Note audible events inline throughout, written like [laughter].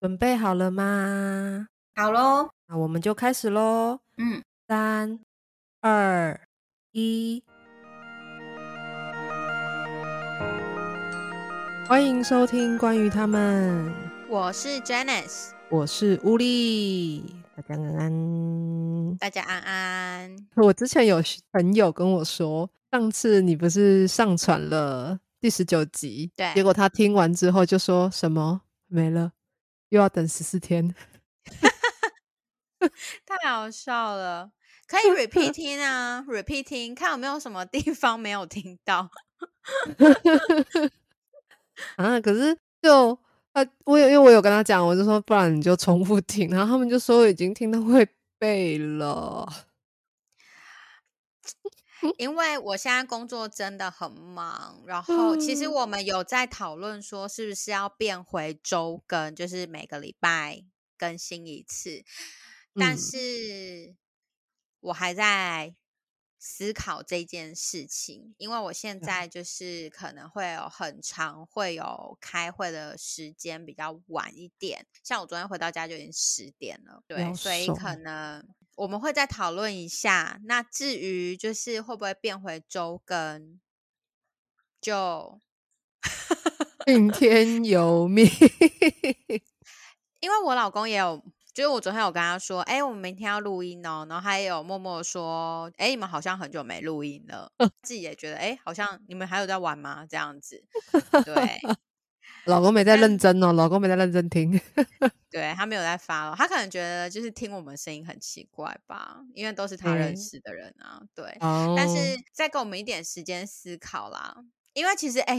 准备好了吗？好喽，那我们就开始喽！嗯，三、二、一，欢迎收听关于他们，我是 Janice，我是乌力，大家安安。 [laughs] 大家安安。我之前有朋友跟我说，上次你不是上传了第十九集，对结果他听完之后就说什么没了，又要等十四天。太好笑了，可 [laughs] 以 repeat 听啊，repeat 听，看有没有什么地方没有听到。啊，可是就呃，我有因为我有跟他讲，我就说不然你就重复听，然后他们就说已经听到会背了。因为我现在工作真的很忙，然后其实嗯我们有在讨论说，是不是要变回周更，就是每个礼拜更新一次。但嗯是我还在思考这件事情，因为我现对在就是可能会有很长会有开会的时间比较晚一点，像我昨天回到家就已经十点了，对，要所以瘦可能我们会再讨论一下。那至于就是会不会变回周更，就听天由命， [laughs] 因为我老公也有，就是我昨天有跟他说，哎、我们明天要录音哦，然后他也有默默地说，哎、你们好像很久没录音了，嗯自己也觉得，哎、好像你们还有在玩吗？这样子， [laughs] 对老公没在认但真哦，老公没在认真听。对，他没有在发了，他可能觉得就是听我们声音很奇怪吧，因为都是他认对识的人啊，对，哦，但是再给我们一点时间思考啦，因为其实哎、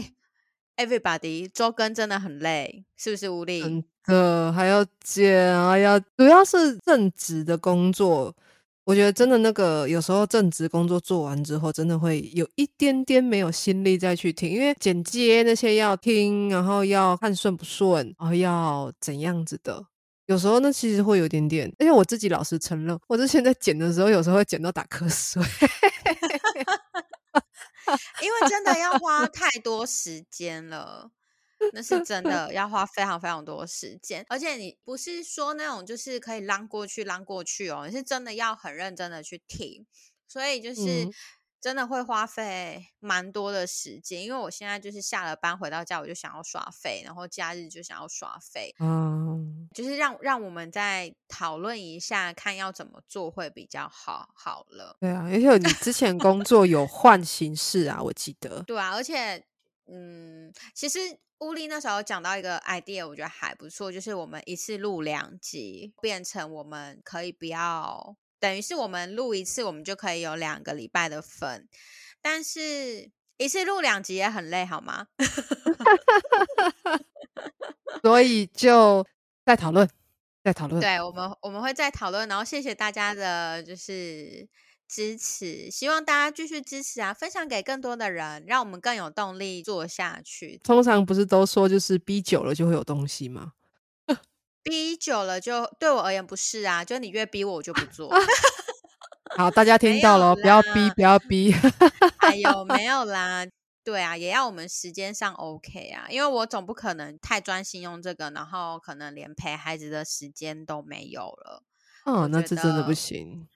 e v e r y b o d y 周更真的很累，是不是无力？真的还要剪啊，要主要是正职的工作。我觉得真的那个有时候正职工作做完之后，真的会有一点点没有心力再去听，因为剪接那些要听，然后要看顺不顺，然后要怎样子的。有时候那其实会有点点，而且我自己老实承认，我之前在剪的时候，有时候会剪到打瞌睡。因为真的要花太多时间了，那 [laughs] 是真的要花非常非常多时间，而且你不是说那种就是可以浪过去浪过去哦，你是真的要很认真的去听，所以就是嗯真的会花费蛮多的时间。因为我现在就是下了班回到家，我就想要耍废，然后假日就想要耍废，嗯，就是让让我们再讨论一下，看要怎么做会比较好好了。对啊，而且你之前工作有换形式啊，我记得。对啊，而且，嗯，其实乌力那时候讲到一个 idea，我觉得还不错，就是我们一次录两集，变成我们可以不要，等于是我们录一次，我们就可以有两个礼拜的粉，但是一次录两集也很累，好吗？所以就再讨论，再讨论。对，我们我们会再讨论，然后谢谢大家的，就是支持，希望大家继续支持啊，分享给更多的人，让我们更有动力做下去。通常不是都说就是逼久了就会有东西吗？逼久了就对我而言不是啊，就你越逼我，我就不做。好，大家听没到有了，不要逼，啦不要逼。 [laughs] 哎呦，没有啦，对啊，也要我们时间上 OK 啊，因为我总不可能太专心用这个，然后可能连陪孩子的时间都没有了。哦，我那觉这真的不得行。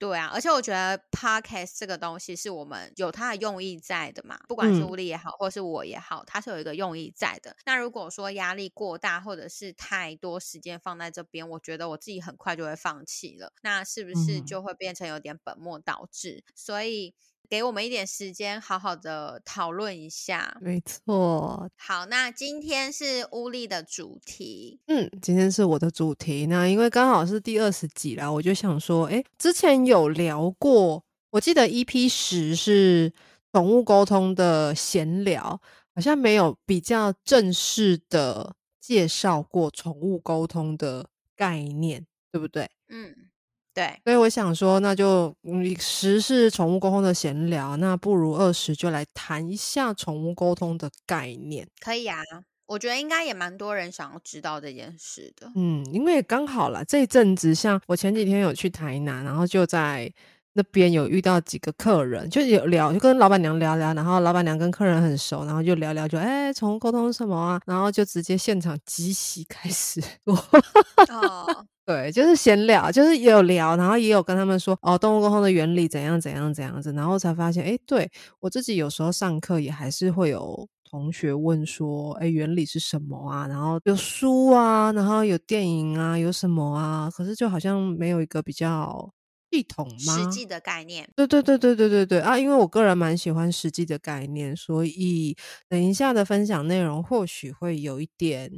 对啊，而且我觉得 podcast 这个东西是我们有它的用意在的嘛，不管是嗯乌力也好，或是我也好，它是有一个用意在的。那如果说压力过大，或者是太多时间放在这边，我觉得我自己很快就会放弃了，那是不是嗯，就会变成有点本末倒置？所以给我们一点时间，好好的讨论一下。没错。好，那今天是乌力的主题，嗯，今天是我的主题。那因为刚好是第二十集啦，我就想说，诶，之前有聊过，我记得 EP 十是宠物沟通的闲聊，好像没有比较正式的介绍过宠物沟通的概念，对不对？嗯，对，所以我想说，那就嗯十是宠物沟通的闲聊，那不如二十就来谈一下宠物沟通的概念。可以啊。我觉得应该也蛮多人想要知道这件事的。嗯，因为刚好啦，这一阵子像我前几天有去台南，然后就在那边有遇到几个客人，就有聊，就跟老板娘聊聊，然后老板娘跟客人很熟，然后就聊聊，就哎，宠物沟通是什么啊？然后就直接现场即席开始。 [laughs] 哦，对，就是闲聊，就是也有聊，然后也有跟他们说哦，动物沟通的原理怎样怎样怎样子，然后才发现，哎，对我自己有时候上课也还是会有同学问说，哎，原理是什么啊？然后有书啊，然后有电影啊，有什么啊？可是就好像没有一个比较系统实吗？际的概念，对对对对对对对啊！因为我个人蛮喜欢实际的概念，所以等一下的分享内容或许会有一点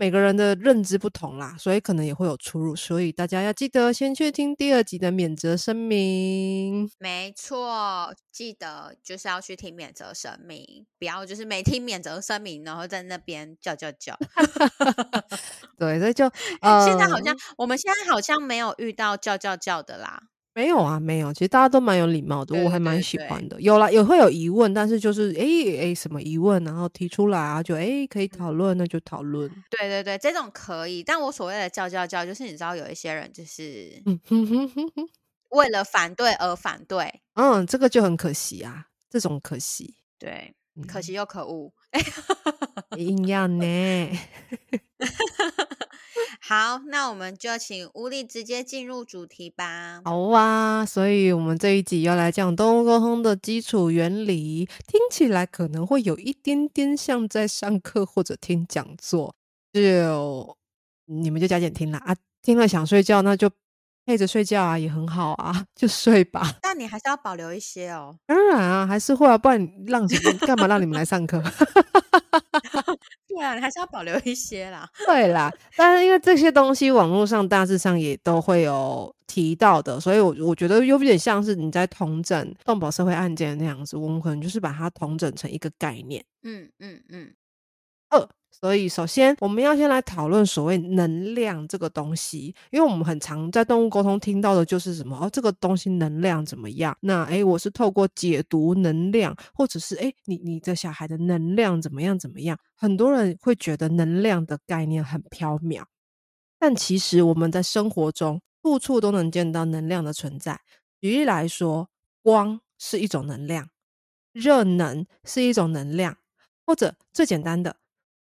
每个人的认知不同啦，所以可能也会有出入，所以大家要记得先去听第二集的免责声明。没错，记得就是要去听免责声明，不要就是没听免责声明，然后在那边叫叫叫。 [laughs] 哎对， [laughs] 所以就呃，现在好像我们现在好像没有遇到叫叫叫的啦。没有啊，没有，其实大家都蛮有礼貌的，对我对还蛮对喜对欢的。有啦，有会有疑问，但是就是诶诶什么疑问，然后提出来啊，就诶可以讨论，那就讨论。对对对，这种可以。但我所谓的叫叫叫，就是你知道有一些人就是嗯哼哼哼哼，为了反对而反对，嗯，这个就很可惜啊，这种可惜。对，嗯可惜又可恶。硬要呢， [laughs] 好，那我们就请乌力直接进入主题吧。好哇、所以我们这一集要来讲动物沟通的基础原理，听起来可能会有一点点像在上课或者听讲座，就你们就加减听啦啊，听了想睡觉那就配着睡觉啊，也很好啊，就睡吧。 [laughs] 但你还是要保留一些哦，当然啊，还是会啊，不然你让你们干嘛让你们来上课？对啊，你还是要保留一些啦。 [laughs] 对啦，但是因为这些东西网络上大致上也都会有提到的，所以我我觉得有点像是你在统整动保社会案件那样子，我们可能就是把它统整成一个概念。嗯嗯嗯，二，所以首先我们要先来讨论所谓能量这个东西，因为我们很常在动物沟通听到的就是什么哦，这个东西能量怎么样？那诶，我是透过解读能量，或者是诶，你你的小孩的能量怎么样怎么样？很多人会觉得能量的概念很缥缈，但其实我们在生活中处处都能见到能量的存在。举例来说，光是一种能量，热能是一种能量，或者最简单的，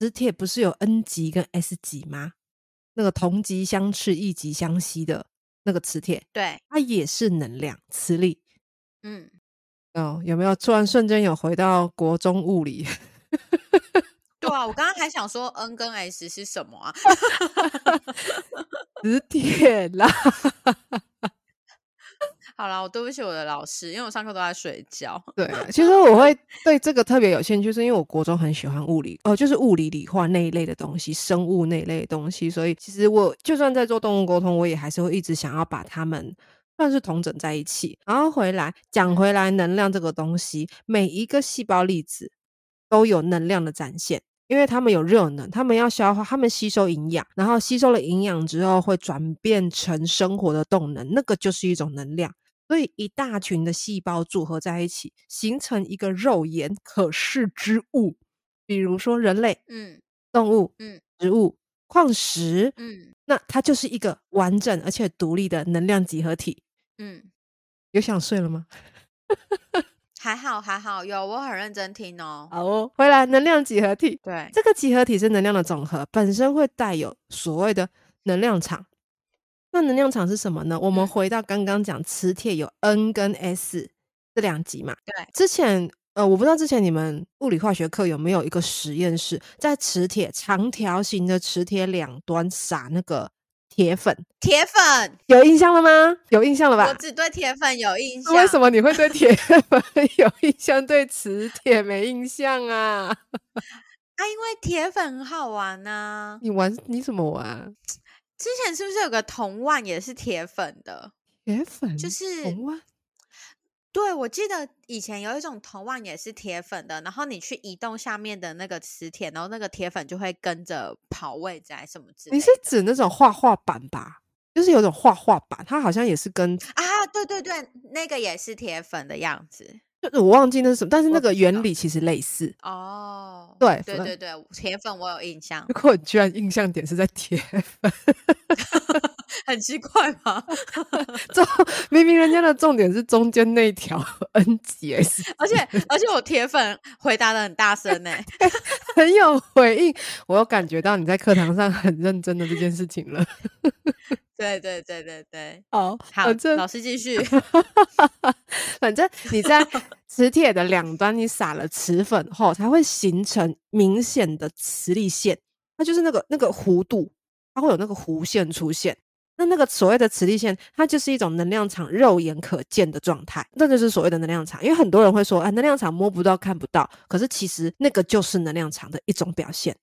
磁铁不是有 N 极跟 S 极吗？那个同极相斥、异极相吸的那个磁铁，对，它也是能量磁力。嗯，哦，有没有突然瞬间有回到国中物理？ [laughs] 对啊，我刚刚还想说 N 跟 S 是什么啊？磁铁啦，好啦，我对不起我的老师，因为我上课都在睡觉。对，其实我会对这个特别有兴趣，是因为我国中很喜欢物理，哦、就是物理、理化那一类的东西，生物那一类的东西，所以其实我就算在做动物沟通，我也还是会一直想要把它们算是统整在一起。然后回来讲回来，能量这个东西，每一个细胞粒子都有能量的展现。因为它们有热能，它们要消化，它们吸收营养，然后吸收了营养之后会转变成生活的动能，那个就是一种能量。所以一大群的细胞组合在一起，形成一个肉眼可视之物，比如说人类、嗯动物、嗯植物、矿石，嗯那它就是一个完整而且独立的能量集合体。嗯，有想睡了吗？还好还好，有我很认真听哦。好哦，回来能量集合体，对，这个集合体是能量的总和，本身会带有所谓的能量场。那能量场是什么呢？我们嗯回到刚刚讲磁铁有 N 跟 S 这两极嘛。对，之前呃，我不知道之前你们物理化学课有没有一个实验室，在磁铁长条形的磁铁两端撒那个铁粉，铁粉，有印象了吗？有印象了我吧？只对铁粉有印象。为什么你会对铁粉 [laughs] 有印象，对磁铁没印象啊？啊？因为铁粉很好玩呐、你玩你怎么玩？之前是不是有个铜腕也是铁粉的？铁粉就是红蛙对，我记得以前有一种铜腕也是铁粉的，然后你去移动下面的那个磁铁，然后那个铁粉就会跟着跑位置还是什么之类你的是指那种画画板吧？就是有种画画板，它好像也是跟，就啊，对对对，那个也是铁粉的样子是我忘记那是什么，但是那我个知原道理其实类 [laughs] 似。哦。对对粉对对，铁粉我有印象如。果你居然印象点是在铁粉，很奇怪吧？这 [laughs] 明明人家的重点是中间那一条 [laughs] N 级 S， [laughs] 而且而且我铁粉回答的很大声 [laughs] 呢、很有回应，我有感觉到你在课堂上很认真的这件事情了。对对对对对，好，好，反正老师继 [laughs] 续。 [laughs] 反正你在磁铁的两端你撒了磁粉后，才会形成明显的磁力线，它就是那个那个弧度，它会有那个弧线出现。那那个所谓的磁力线，它就是一种能量场肉眼可见的状态，这就是所谓的能量场。因为很多人会说，啊，能量场摸不到、看不到，可是其实那个就是能量场的一种表现，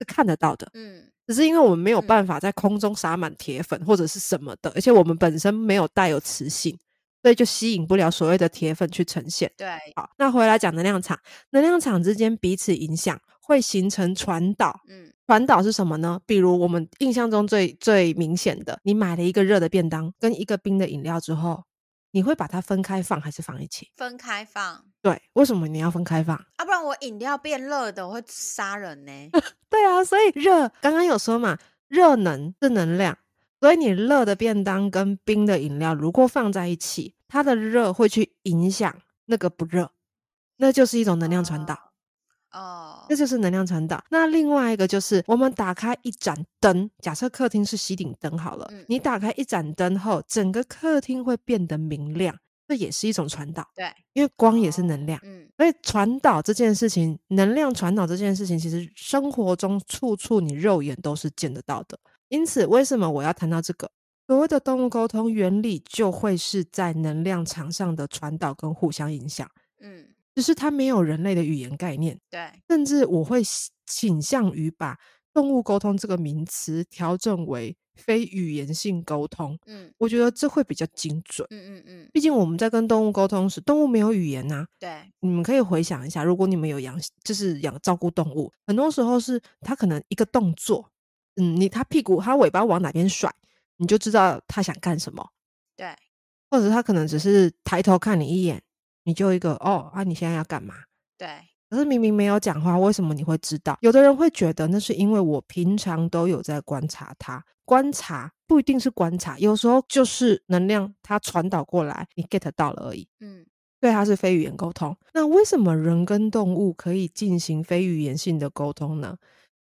是看得到的。嗯只是因为我们没有嗯办法在空中撒满铁粉或者是什么的，而且我们本身没有带有磁性，所以就吸引不了所谓的铁粉去呈现。对，好，那回来讲能量场，能量场之间彼此影响，会形成传导。嗯传导是什么呢？比如我们印象中最最明显的，你买了一个热的便当跟一个冰的饮料之后，你会把它分开放还是放一起？分开放，对，为什么你要分开放？要、不然我饮料变热的，我会杀人呢、 [laughs] 对啊，所以热刚刚有说嘛，热能是能量，所以你热的便当跟冰的饮料如果放在一起，它的热会去影响那个不热，那就是一种能量传导，哦，这就是能量传导。那另外一个就是我们打开一盏灯，假设客厅是吸顶灯好了，嗯你打开一盏灯后，整个客厅会变得明亮，这也是一种传导，对，因为光也是哦能量。嗯所以传导这件事情，能量传导这件事情，其实生活中处处你肉眼都是见得到的。因此，为什么我要谈到这个？所谓的动物沟通原理，就会是在能量场上的传导跟互相影响，嗯，只是它没有人类的语言概念，对，甚至我会喜倾向于把动物沟通这个名词调整为非语言性沟通，嗯我觉得这会比较精准。嗯嗯嗯，毕竟我们在跟动物沟通时，动物没有语言呐、啊对，你们可以回想一下，如果你们有养，就是养照顾动物，很多时候是它可能一个动作，嗯，你它屁股它尾巴往哪边甩，你就知道它想干什么，对，或者它可能只是抬头看你一眼，你就一个哦啊，你现在要干嘛？对，可是明明没有讲话，为什么你会知道？有的人会觉得那是因为我平常都有在观察它，观察不一定是观察，有时候就是能量它传导过来，你 get 到了而已。嗯对，它是非语言沟通。那为什么人跟动物可以进行非语言性的沟通呢？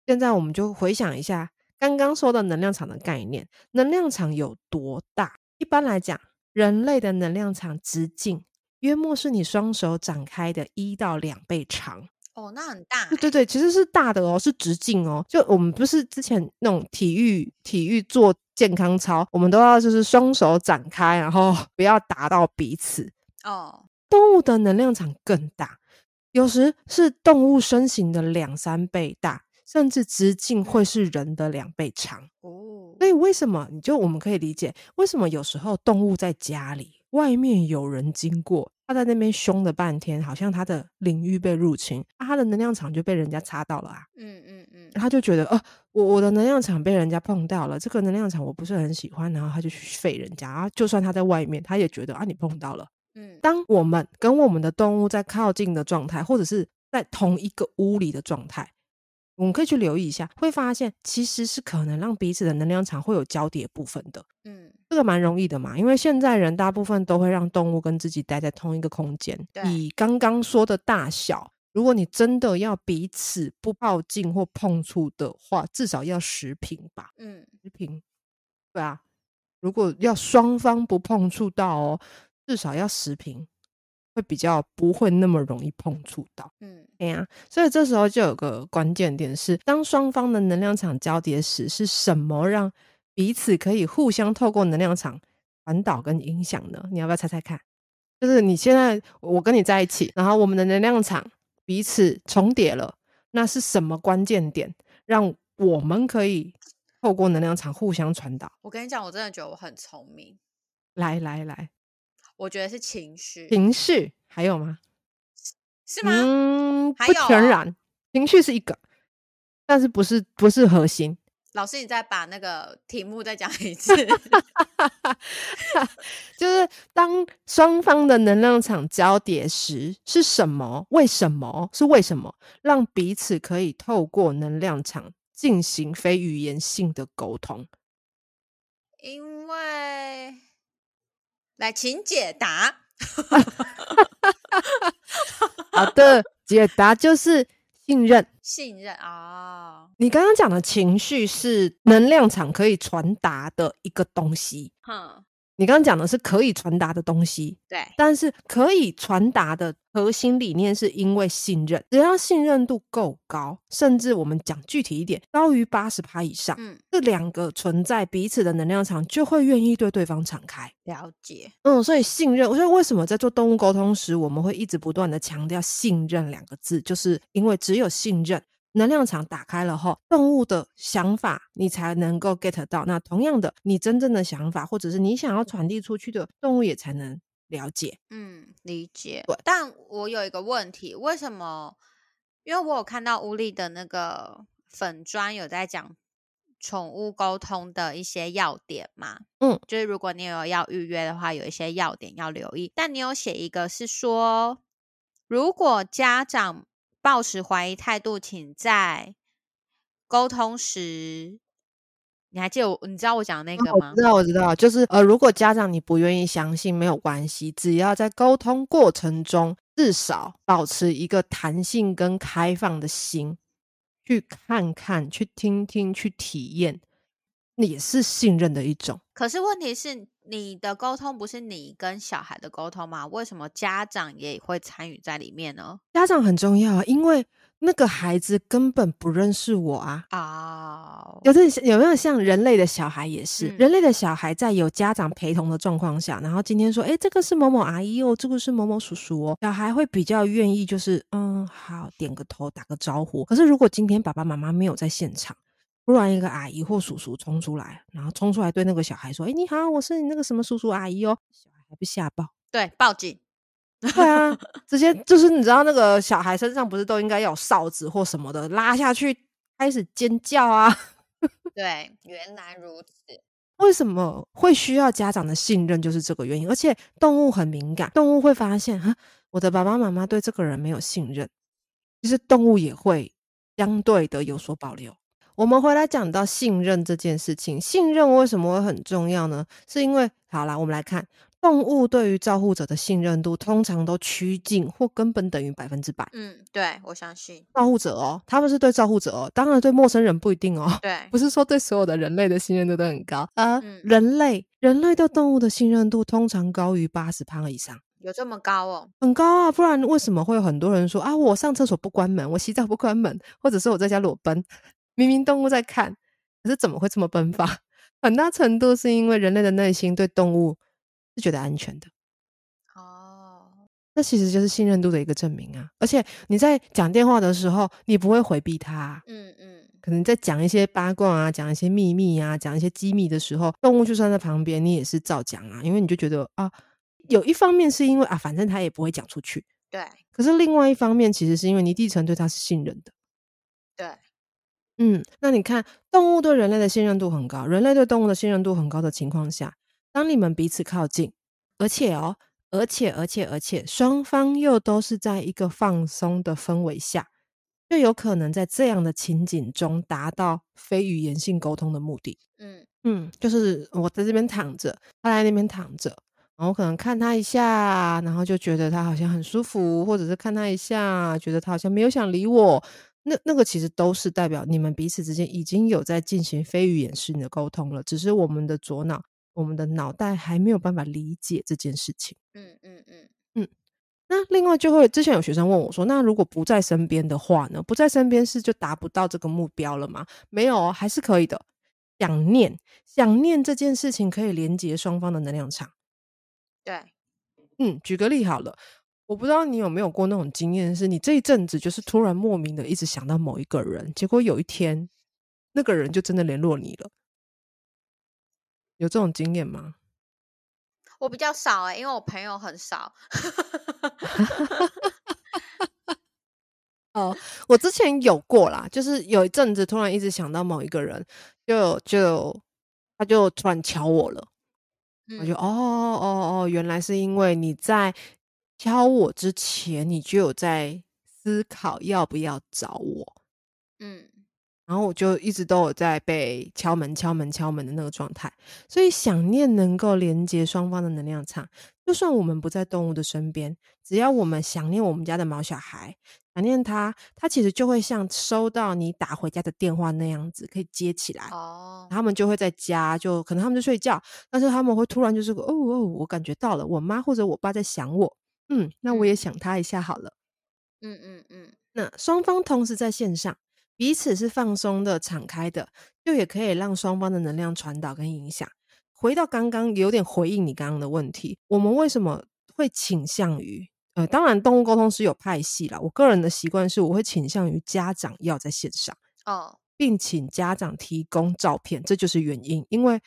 现在我们就回想一下刚刚说的能量场的概念，能量场有多大？一般来讲，人类的能量场直径约莫是你双手展开的一到两倍长。哦，那很大、对欸，对对，其实是大的哦，是直径哦。就我们不是之前那种体育体育做健康操，我们都要就是双手展开，然后不要打到彼此。 [laughs] 哦，动物的能量场更大，有时是动物身形的两三倍大，甚至直径会是人的两倍长。哦，所以为什么你就我们可以理解，为什么有时候动物在家里外面有人经过，它在那边凶了半天，好像它的领域被入侵，啊、它的能量场就被人家插到了啊。嗯嗯 [laughs] 嗯，他就觉得，呃，我我的能量场被人家碰到了，这个能量场我不是很喜欢，然后他就去废人家。啊，就算他在外面，他也觉得啊，你碰到了。嗯，当我们跟我们的动物在靠近的状态，或者是在同一个屋里的状态，我们可以去留意一下，会发现其实是可能让彼此的能量场会有交叠部分的。嗯，这个蛮容易的嘛，因为现在人大部分都会让动物跟自己待在同一个空间。对以刚刚说的大小，如果你真的要彼此不靠近或碰触的话，至少要十平吧，嗯，十平。对啊，如果要双方不碰触到哦，至少要十平，会比较不会那么容易碰触到。嗯，哎呀、所以这时候就有个关键点是，当双方的能量场交叠时，是什么让彼此可以互相透过能量场传导跟影响呢？你要不要猜猜看？就是你现在我跟你在一起，然后我们的能量场彼此重叠了，那是什么关键点让我们可以透过能量场互相传导？我跟你讲，我真的觉得我很聪明，来来来，我觉得是情绪，情绪还有吗？是吗？嗯，还不有全哦然，情绪是一个，但是不是不是核心。老师，你再把那个题目再讲一次。 [laughs] 就是当双方的能量场交叠时，是什么？为什么？是为什么让彼此可以透过能量场进行非语言性的沟通？因为来，请解答。好的，解答就是信任。信任啊，你刚刚讲的情绪是能量场可以传达的一个东西。哼、你刚刚讲的是可以传达的东西，对，但是可以传达的核心理念是因为信任，只要信任度够高，甚至我们讲具体一点，高于八十趴以上，嗯，这两个存在彼此的能量场就会愿意对对方敞开。了解，嗯，所以信任，所以为什么在做动物沟通时，我们会一直不断的强调信任两个字，就是因为只有信任，能量场打开了后，动物的想法你才能够 get 到。那同样的，你真正的想法，或者是你想要传递出去的，动物也才能了解。嗯，理解对。但我有一个问题，为什么？因为我有看到乌力的那个粉砖有在讲宠物沟通的一些要点嘛，嗯，就是如果你有要预约的话，有一些要点要留意。但你有写一个是说，如果家长抱持怀疑态度，请在沟通时，你还记得我？你知道我讲的那个吗哦我知？道，我知道，就是呃，如果家长你不愿意相信，没有关系，只要在沟通过程中，至少保持一个弹性跟开放的心，去看看、去听听、去体验，那也是信任的一种。可是问题是，你的沟通不是你跟小孩的沟通吗？为什么家长也会参与在里面呢？家长很重要啊，因为那个孩子根本不认识我啊。哦，有的有没有像人类的小孩也是，嗯人类的小孩在有家长陪同的状况下，然后今天说，哎、这个是某某阿姨哦，这个是某某叔叔哦，小孩会比较愿意就是，嗯，好，点个头，打个招呼。可是如果今天爸爸妈妈没有在现场，突然一个阿姨或叔叔冲出来，然后冲出来对那个小孩说，哎、你好，我是你那个什么叔叔阿姨哦，小孩还不吓爆。对，报警。对啊，直接就是你知道那个小孩身上不是都应该有哨子或什么的拉下去，开始尖叫啊。对，原来如此。为什么会需要家长的信任，就是这个原因。而且动物很敏感，动物会发现，哈，我的爸爸妈妈对这个人没有信任，其实动物也会相对的有所保留。我们回来讲到信任这件事情，信任为什么会很重要呢？是因为，好啦，我们来看动物对于照护者的信任度，通常都趋近或根本等于百分之百。嗯，对，我相信。照护者哦，他们是对照护者哦，当然对陌生人不一定哦。对，不是说对所有的人类的信任度都很高，呃，嗯人类人类对动物的信任度通常高于八十以上，有这么高哦。很高啊，不然为什么会有很多人说啊，我上厕所不关门，我洗澡不关门，或者是我在家裸奔， [laughs] 明明动物在看，可是怎么会这么奔放？ [laughs] 很大程度是因为人类的内心对动物是觉得安全的。哦，那其实就是信任度的一个证明啊！而且你在讲电话的时候，你不会回避它啊、嗯嗯，可能在讲一些八卦啊，讲一些秘密啊，讲一些机密的时候，动物就算在旁边，你也是照讲啊，因为你就觉得啊，有一方面是因为啊，反正他也不会讲出去，对可是另外一方面其实是因为你地层对他是信任的。对，嗯，那你看，动物对人类的信任度很高，人类对动物的信任度很高的情况下，当你们彼此靠近，而且哦，而且而且而且，双方又都是在一个放松的氛围下，就有可能在这样的情景中达到非语言性沟通的目的。嗯嗯，就是我在这边躺着，他在那边躺着，然后可能看他一下，然后就觉得他好像很舒服，或者是看他一下，觉得他好像没有想理我。那那个其实都是代表你们彼此之间已经有在进行非语言式的沟通了，只是我们的左脑、我们的脑袋还没有办法理解这件事情。嗯嗯嗯，那另外就会，之前有学生问我说：“那如果不在身边的话呢？不在身边是就达不到这个目标了吗？”没有哦，还是可以的。想念，想念这件事情可以连接双方的能量场。对，嗯，举个例好了，我不知道你有没有过那种经验，是你这一阵子就是突然莫名的一直想到某一个人，结果有一天那个人就真的联络你了，有这种经验吗？我比较少哎、因为我朋友很少。哦，我之前有过啦，就是有一阵子突然一直想到某一个人，就就他就突然敲我了，我就嗯哦哦哦，原来是因为你在敲我之前，你就有在思考要不要找我，嗯，然然后我就一直都有在被敲门、敲门、敲门的那个状态，所以想念能够连接双方的能量场。就算我们不在动物的身边，只要我们想念我们家的毛小孩，想念它，它其实就会像收到你打回家的电话那样子，可以接起来。哦，他们就会在家，就可能他们在睡觉，但是他们会突然就是哦哦，我感觉到了，我妈或者我爸在想我，嗯，那我也嗯想他一下好了。嗯嗯嗯，那双方同时在线上，彼此是放松的、敞开的，就也可以让双方的能量传导跟影响。回到刚刚，有点回应你刚刚的问题，我们为什么会倾向于？呃，当然，动物沟通是有派系啦。我个人的习惯是，我会倾向于家长要在线上，哦，并请家长提供照片，这就是原因，因为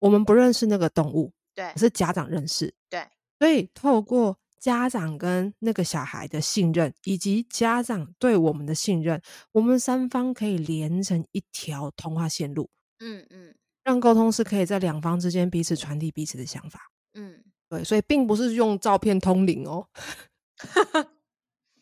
我们不认识那个动物，对可是家长认识，对，所以透过家长跟那个小孩的信任，以及家长对我们的信任，我们三方可以连成一条通话线路，嗯嗯让沟通是可以在两方之间彼此传递彼此的想法。嗯，对，所以并不是用照片通灵哦。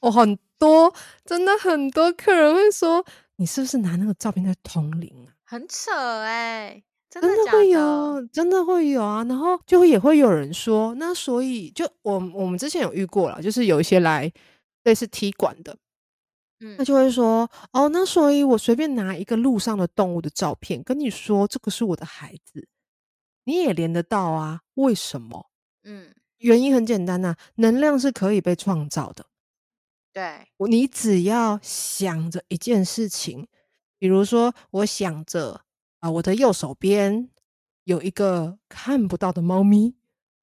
我很多，真的很多客人会说，你是不是拿那个照片在通灵啊？很扯哎、真真的的假会的？有，真的会有啊。然后就会也会有人说，那所以就我们我们之前有遇过了，就是有一些来类似踢馆的，嗯他就会说，哦，那所以我随便拿一个路上的动物的照片跟你说，这个是我的孩子，你也连得到啊？为什么？嗯，原因很简单呐、能量是可以被创造的。对，我你只要想着一件事情，比如说，我想着啊、我的右手边有一个看不到的猫咪，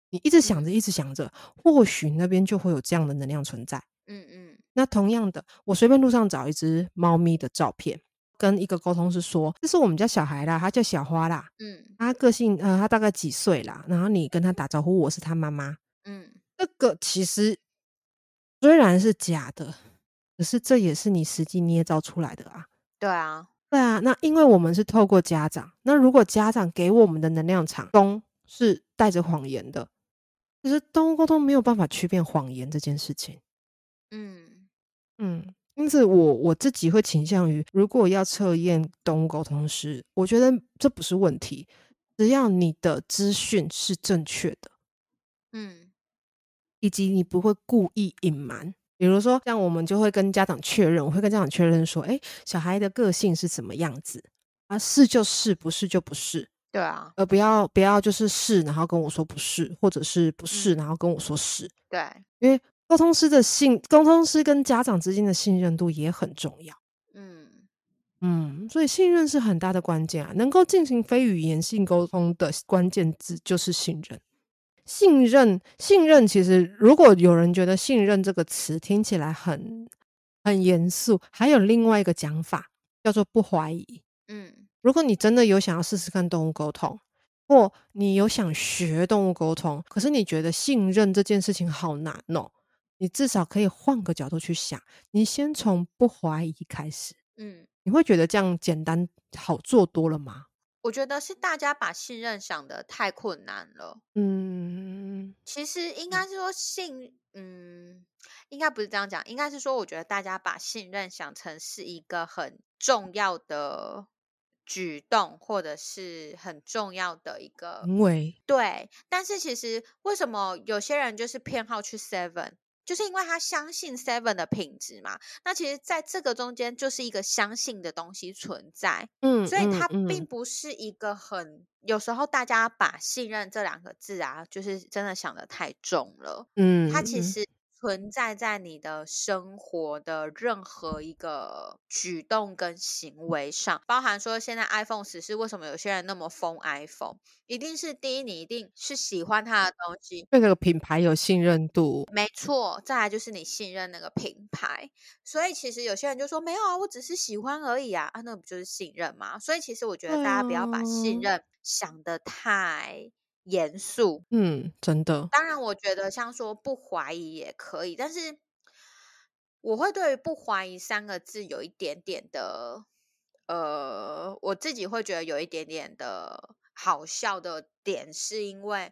你一直想嗯着，一直想着，或许那边就会有这样的能量存在。嗯嗯那同样的，我随便路上找一只猫咪的照片，跟一个沟通是说，这是我们家小孩啦，他叫小花啦，嗯他个性呃，他大概几岁啦？然后你跟他打招呼，我是他妈妈。嗯，这个其实虽然是假的，可是这也是你实际捏造出来的啊。对啊，对啊，那因为我们是透过家长，那如果家长给我们的能量场中是带着谎言的，可是动物沟通没有办法区辨谎言这件事情。嗯嗯，因此我我自己会倾向于，如果要测验动物沟通师，我觉得这不是问题，只要你的资讯是正确的，嗯以及你不会故意隐瞒。比如说，像我们就会跟家长确认，我会跟家长确认说，哎，小孩的个性是什么样子啊？是就是，不是就不是，对啊，呃，不要不要就是是，然后跟我说不是，或者是不是，嗯然后跟我说是，对，因为沟通师的信，沟通师跟家长之间的信任度也很重要。嗯嗯，所以信任是很大的关键啊。能够进行非语言性沟通的关键字就是信任。信任，信任，其实如果有人觉得“信任”这个词听起来很很严肃，还有另外一个讲法叫做不怀疑。嗯如果你真的有想要试试看动物沟通，或你有想学动物沟通，可是你觉得信任这件事情好难哦，你至少可以换个角度去想，你先从不怀疑开始。嗯，你会觉得这样简单好做多了吗？我觉得是大家把信任想的太困难了。嗯其实嗯应该是说信，嗯，应该不是这样讲，应该是说，我觉得大家把信任想成是一个很重要的举动，或者是很重要的一个因为对。但是其实为什么有些人就是偏好去 Seven，就是因为他相信 Seven 的品质嘛。那其实在这个中间就是一个相信的东西存在，嗯所以嗯它并嗯不是一个很，有时候大家把信任这两个字啊，就是真的想得太重了。它嗯其嗯实存在在你的生活的任何一个举动跟行为上，包含说现在 iPhone 十是为什么有些人那么疯 iPhone，一定是第一，你一定是喜欢它的东西，对这个品牌有信任度。没错，再来就是你信任那个品牌，所以其实有些人就说没有啊，我只是喜欢而已啊，啊，那不就是信任吗？所以其实我觉得对大家不要把信啊，任想得太严肃。嗯，真的，当然，我觉得像说不怀疑也可以，但是我会对于不怀疑三个字有一点点的，呃，我自己会觉得有一点点的好笑的点，是因为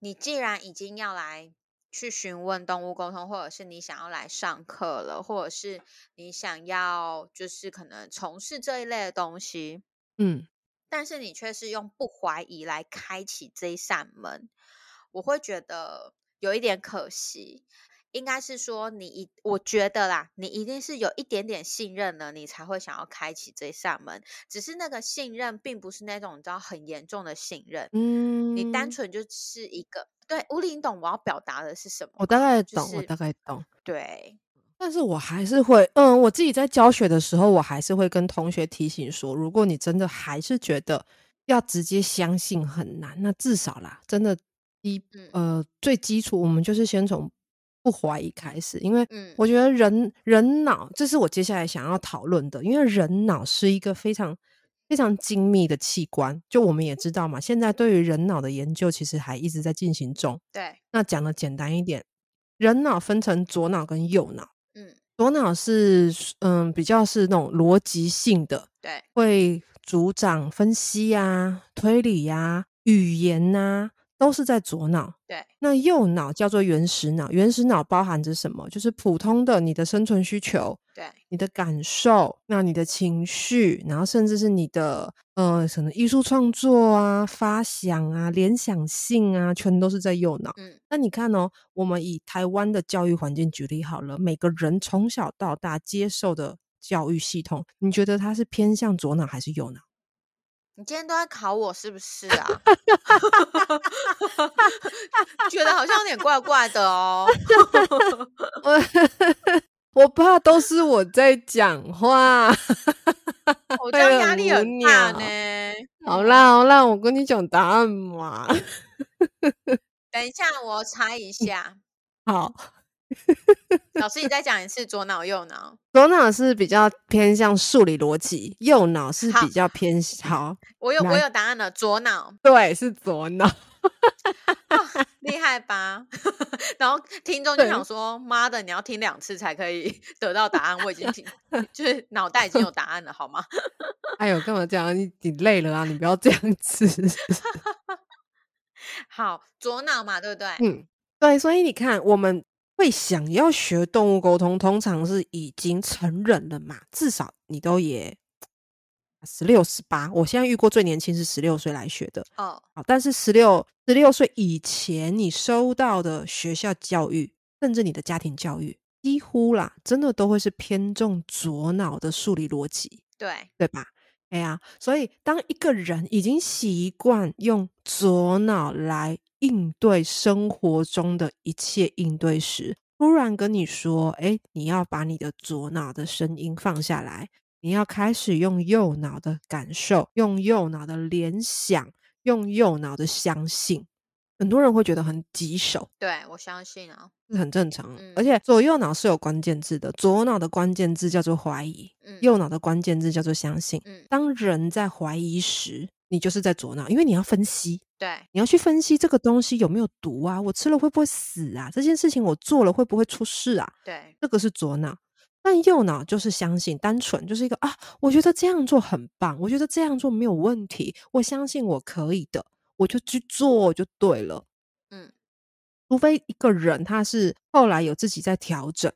你既然已经要来去询问动物沟通，或者是你想要来上课了，或者是你想要就是可能从事这一类的东西，嗯，但是你却是用不怀疑来开启这一扇门，我会觉得有一点可惜。应该是说你一，我觉得啦，你一定是有一点点信任了，你才会想要开启这一扇门。只是那个信任，并不是那种你知道很严重的信任，嗯，你单纯就是一个对吴林懂我要表达的是什么吗？我大概就懂，我是大概懂。对，但是我还是会，嗯，我自己在教学的时候，我还是会跟同学提醒说，如果你真的还是觉得要直接相信很难，那至少啦，真的一嗯呃最基础，我们就是先从不怀疑开始，因为嗯，我觉得人人脑，这是我接下来想要讨论的，因为人脑是一个非常非常精密的器官，就我们也知道嘛，现在对于人脑的研究其实还一直在进行中。对，那讲的简单一点，人脑分成左脑跟右脑。嗯，左脑是嗯比较是那种逻辑性的，对，会主掌分析呀、推理呀、语言呐、都是在左脑。对，那右脑叫做原始脑，原始脑包含着什么？就是普通的你的生存需求、对，你的感受，那你的情绪，然后甚至是你的呃什么艺术创作啊、发想啊、联想性啊，全都是在右脑。嗯，那你看哦，我们以台湾的教育环境举例好了，每个人从小到大接受的教育系统，你觉得它是偏向左脑还是右脑？你今天都在考我是不是啊？觉得好像有点怪怪的 [laughs] 哦。 [laughs] 我我怕都是我在讲话，我这会哎很样压力无很大聊呢。 [laughs] [laughs] 好嗯，啦好啦，我跟你讲答案嘛。等一下我查嗯一下。好，老师，你再讲一次左脑右脑。左脑是比较偏向数理逻辑，右脑是好比较偏好，我有我来有答案了，左脑 [laughs] 对，是左脑。厉害吧？ [laughs] 然后听众就对想说：“妈的，你要听两次才可以 [laughs] 得到答案。”我已经听，就是脑袋已经有答案了，好吗？ [laughs] 哎呦，干嘛这样？你你累了啊？你不要这样子。 [laughs] 好，左脑嘛，对不对？嗯，对，所以你看，我们会想要学动物沟通，通常是已经成人了嘛，至少你都也十六、十八。我现在遇过最年轻是十六岁来学的，哦，好，但是十六、十六岁以前，你收到的学校教育，甚至你的家庭教育，几乎啦，真的都会是偏重左脑的数理逻辑。对，对吧？哎呀，所以当一个人已经习惯用左脑来应对生活中的一切应对时，突然跟你说：“哎，你要把你的左脑的声音放下来，你要开始用右脑的感受，用右脑的联想，用右脑的相信。”很多人会觉得很棘手，对，我相信啊，是很正常的。嗯而且左右脑是有关键字的，左脑的关键字叫做怀疑，嗯，右脑的关键字叫做相信。嗯，当人在怀疑时，你就是在左脑，因为你要分析，对，你要去分析这个东西有没有毒啊，我吃了会不会死啊，这件事情我做了会不会出事啊，对，这个是左脑。但右脑就是相信，单纯就是一个啊，我觉得这样做很棒，我觉得这样做没有问题，我相信我可以的，我就去做就对了。嗯，除非一个人他是后来有自己在调整，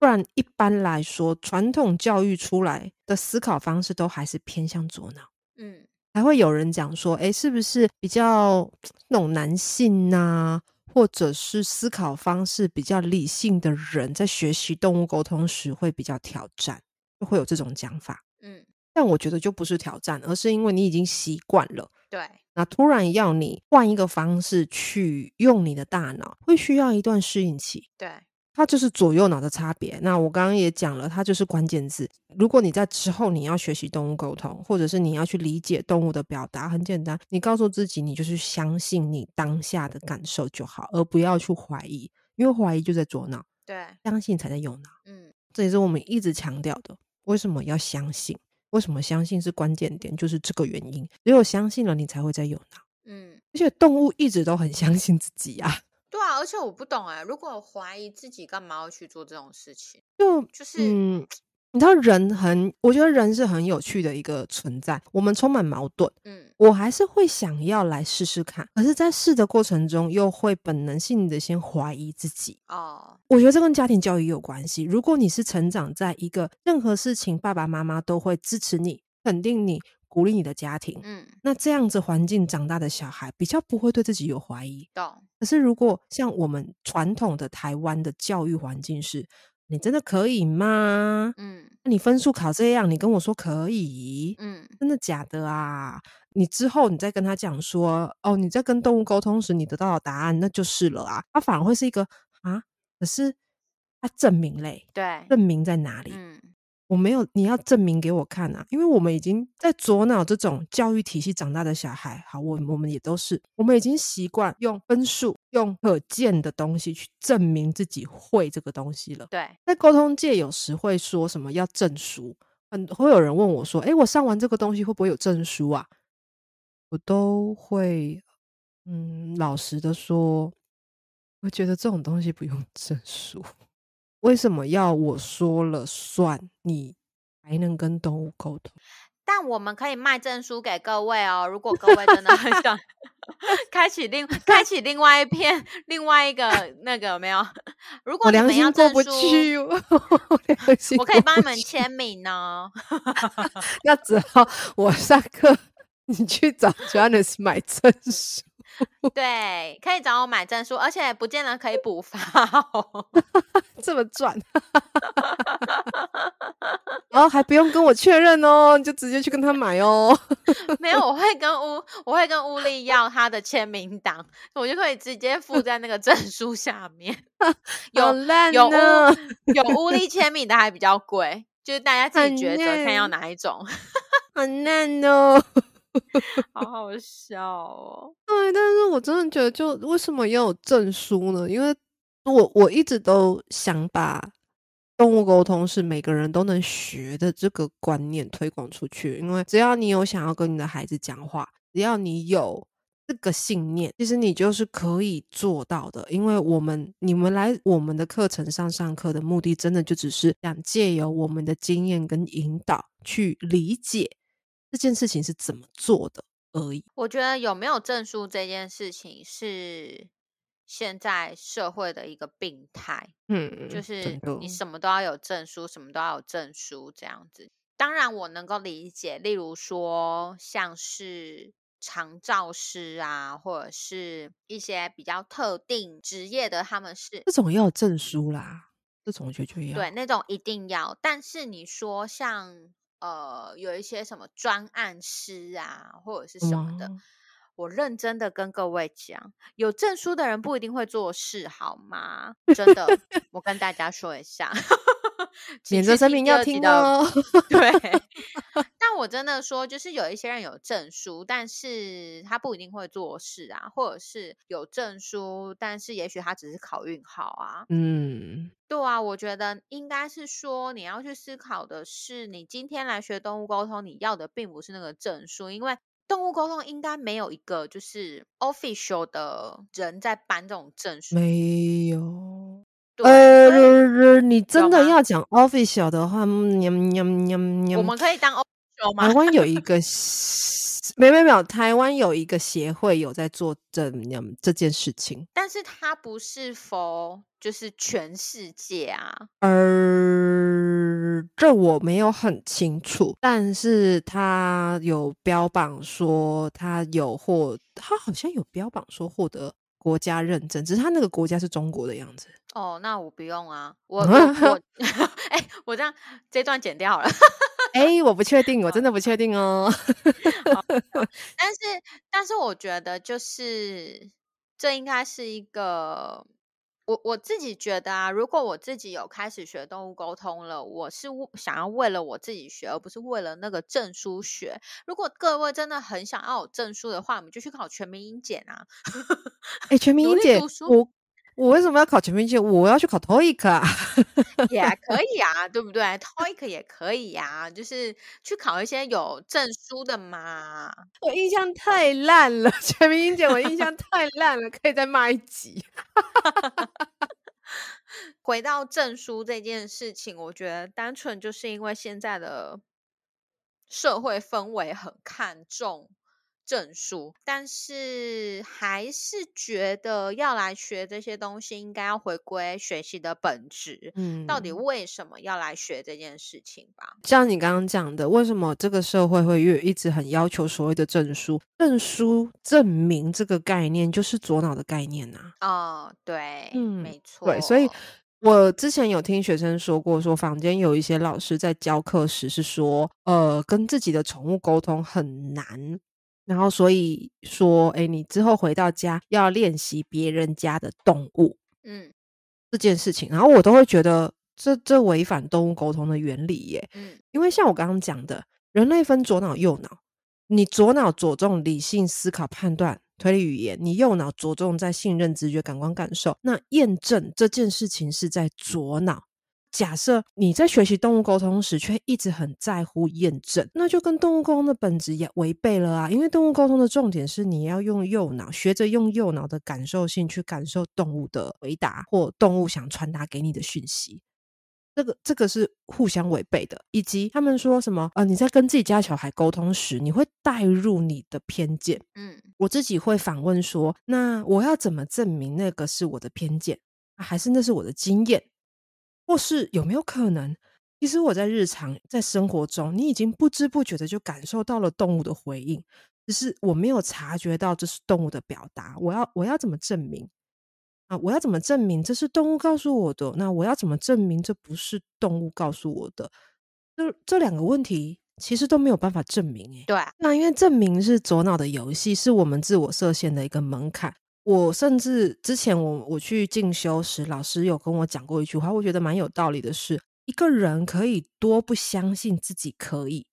不然一般来说，传统教育出来的思考方式都还是偏向左脑。嗯，还会有人讲说，诶，是不是比较那种男性呐、或者是思考方式比较理性的人，在学习动物沟通时会比较挑战，就会有这种讲法。嗯，但我觉得就不是挑战，而是因为你已经习惯了。对，那突然要你换一个方式去用你的大脑，会需要一段适应期。对，它就是左右脑的差别。那我刚刚也讲了，它就是关键字。如果你在之后你要学习动物沟通，或者是你要去理解动物的表达，很简单，你告诉自己，你就是相信你当下的感受就好，而不要去怀疑，因为怀疑就在左脑，对，相信才在右脑。嗯，这也是我们一直强调的，为什么要相信？为什么相信是关键点？就是这个原因。只有相信了，你才会在右脑。嗯，而且动物一直都很相信自己啊，对啊，而且我不懂哎、如果怀疑自己，干嘛要去做这种事情？就就是，嗯，你知道人很，我觉得人是很有趣的一个存在，我们充满矛盾，嗯，我还是会想要来试试看，可是，在试的过程中，又会本能性的先怀疑自己。哦，我觉得这跟家庭教育有关系。如果你是成长在一个任何事情爸爸妈妈都会支持你、肯定你、鼓励你的家庭，嗯，那这样子环境长大的小孩比较不会对自己有怀疑。懂，可是如果像我们传统的台湾的教育环境是，你真的可以吗？嗯你分数考这样，你跟我说可以，嗯真的假的啊？你之后你再跟他讲说，哦，你在跟动物沟通时你得到的答案，那就是了啊。他反而会是一个啊，可是他证明嘞，对，证明在哪里？嗯我没有，你要证明给我看啊！因为我们已经在左脑这种教育体系长大的小孩，好，我我们也都是，我们已经习惯用分数、用可见的东西去证明自己会这个东西了。对，在沟通界，有时会说什么要证书，很会有人问我说：“诶，我上完这个东西会不会有证书啊？”我都会嗯老实的说，我觉得这种东西不用 [laughs] 证书。为什么要我说了算，你还能跟动物沟通？但我们可以卖证书给各位哦。如果各位真的很想 [laughs] 开启另开启另外一片另外一个那个有没有？如果我你良们要心过证不书，去， [laughs] 我良心我可以过帮不你们去签名哦 [laughs] 呢。那只好我上课， [laughs] 你去找 Janice 买证书。对，可以找我买证书，而且不见得可以补发哦。这么赚， [laughs] 然后还不用跟我确认哦，你就直接去跟他买哦。没有，我会跟乌，我会跟乌力要他的签名档，我就可以直接附在那个证书下面。 [laughs] 好有烂哦有呢，乌有乌力签名的还比较贵，就是大家自己很抉择看要嫩哪一种， [laughs] 好烂哦。好好笑哦。对，但是我真的觉得就，为什么要有证书呢？因为我我一直都想把动物沟通是每个人都能学的这个观念推广出去，因为只要你有想要跟你的孩子讲话，只要你有这个信念，其实你就是可以做到的。因为我们你们来我们的课程上上课的目的，真的就只是想借由我们的经验跟引导去理解这件事情是怎么做的而已。我觉得有没有证书这件事情是现在社会的一个病态。嗯，就真是的你什么都要有证书，什么都要有证书这样子。当然，我能够理解，例如说像是长照师啊，或者是一些比较特定职业的，他们是这种要有证书啦，这种我觉得就要对那种一定要。但是你说像呃有一些什么专案师啊，或者是什么的，嗯我认真的跟各位讲，有证书的人不一定会做事，好吗？真 [laughs] 的，我跟大家说一下， [laughs] 请免责去声明第要二集听的哦。对，但我真的说，就是有一些人有证书，但是他不一定会做事啊，或者是有证书，但是也许他只是考运好啊。嗯，对啊，我觉得应该是说，你要去思考的是，你今天来学动物沟通，你要的并不是那个证书，因为动物沟通应该没有一个就是 official 的人在颁这种证书。没有。对，啊呃，所以你真有的吗要讲 official 的话，嗯喵喵喵喵我们可以当 official 台吗？湾 [laughs] 有一个协，没没没有，台湾有一个协会有在做这这件事情。但是它不是 for 就是全世界啊。呃，这我没有很清楚，但是他有标榜说他有获，他好像有标榜说获得国家认证，只是他那个国家是中国的样 [laughs] 子。哦，那我不用啊，我我我， [laughs] 哎、我这样这段剪掉了。哎，我不确定，我真的不确定 [laughs] 哦。但是，但是我觉得就是这应该是一个，我我自己觉得啊，如果我自己有开始学动物沟通了，我是为想要为了我自己学，而不是为了那个证书学。如果各位真的很想要有证书的话，我们就去考全民英检啊。哎，全民努英力姐读，书我我为什么要考全民英姐？我要去考 TOEIC 啊！ [laughs] 也可以啊，对不对？TOEIC 也可以呀、就是去考一些有证书的嘛。我印象太烂了， [laughs] 全民英姐，我印象太烂了，可以再骂一集。回到证书这件事情，我觉得单纯就是因为现在的社会氛围很看重证书，但是还是觉得要来学这些东西，应该要回归学习的本质。嗯，到底为什么要来学这件事情吧？像你刚刚讲的，为什么这个社会会越一直很要求所谓的证书？证书证明这个概念就是左脑的概念呐、哦，对，嗯没错，对，所以我之前有听学生说过，说坊间有一些老师在教课时是说，呃，跟自己的宠物沟通很难，然后所以说，哎，你之后回到家要练习别人家的动物嗯这件事情，然后我都会觉得这这违反动物沟通的原理耶，嗯因为像我刚刚讲的，人类分左脑右脑，你左脑着重理性思考、判断、推理、语言，你右脑着重在信任、直觉、感官、感受。那验证这件事情是在左脑。假设你在学习动物沟通时，却一直很在乎验证，那就跟动物沟通的本质也违背了啊！因为动物沟通的重点是你要用右脑，学着用右脑的感受性去感受动物的回答或动物想传达给你的讯息。这个这个是互相违背的，以及他们说什么呃，你在跟自己家小孩沟通时，你会带入你的偏见。嗯我自己会反问说，那我要怎么证明那个是我的偏见，啊还是那是我的经验，或是有没有可能，其实我在日常在生活中，你已经不知不觉的就感受到了动物的回应，只是我没有察觉到这是动物的表达。我要我要怎么证明？啊，我要怎么证明这是动物告诉我的？那我要怎么证明这不是动物告诉我的？这这两个问题其实都没有办法证明、欸。对啊，那因为证明是左脑的游戏，是我们自我设限的一个门槛。我甚至之前我我去进修时，老师有跟我讲过一句话，我觉得蛮有道理的是：一个人可以多不相信自己可以，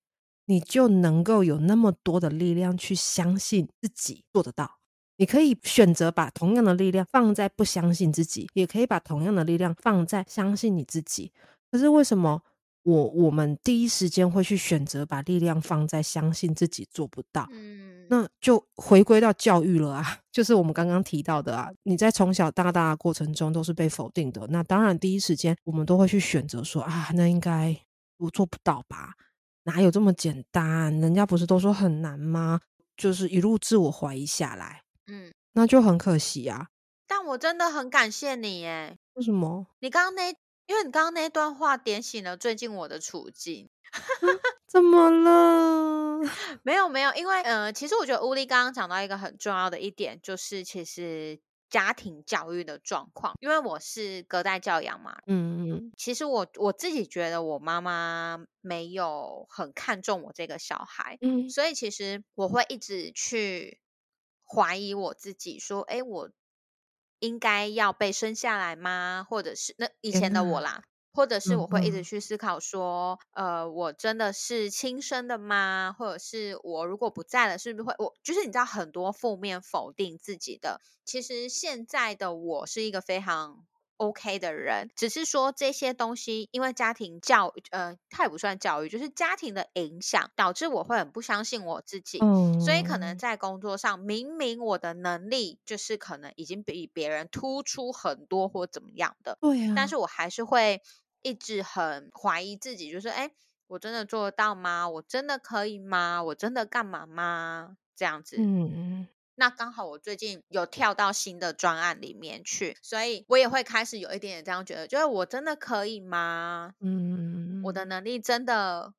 你就能够有那么多的力量去相信自己做得到。你可以选择把同样的力量放在不相信自己，也可以把同样的力量放在相信你自己。可是为什么我我们第一时间会去选择把力量放在相信自己做不到？嗯，那就回归到教育了啊， [laughs] 就是我们刚刚提到的啊，你在从小到大的过程中都是被否定的，那当然第一时间我们都会去选择说啊，那应该我做不到吧，哪有这么简单？人家不是都说很难吗？就是一路自我怀疑下来，嗯，那就很可惜啊。但我真的很感谢你耶，为什么？你刚刚那，因为你刚刚那一段话点醒了最近我的处境。怎么了？ [laughs] 没有没有，因为呃，其实我觉得乌力刚刚讲到一个很重要的一点，就是其实家庭教育的状况。因为我是隔代教养嘛，嗯嗯其实我我自己觉得我妈妈没有很看重我这个小孩，嗯所以其实我会一直去怀疑我自己，说，哎，我应该要被生下来吗？或者是那以天前的我呐啦，或者是嗯我会一直嗯去思考说，呃，我真的是亲生的吗？或者是我如果不在了，是不是会我就是你知道很多负面否定自己的。其实现在的我是一个非常 OK 的人，只是说这些东西，因为家庭教育，呃，它也不算教育，就是家庭的影响，导致我会很不相信我自己。所以可能嗯，在工作上，明明我的能力就是可能已经比别人突出很多或怎么样的，对啊呀、但是我还是会一直很怀疑自己，就是哎，诶我真的做得到吗？我真的可以吗？我真的干嘛吗？这样子，嗯那刚好我最近有跳到新的专案里面去，所以我也会开始有一点点这样觉得，就是我真的可以吗？我的嗯能力真的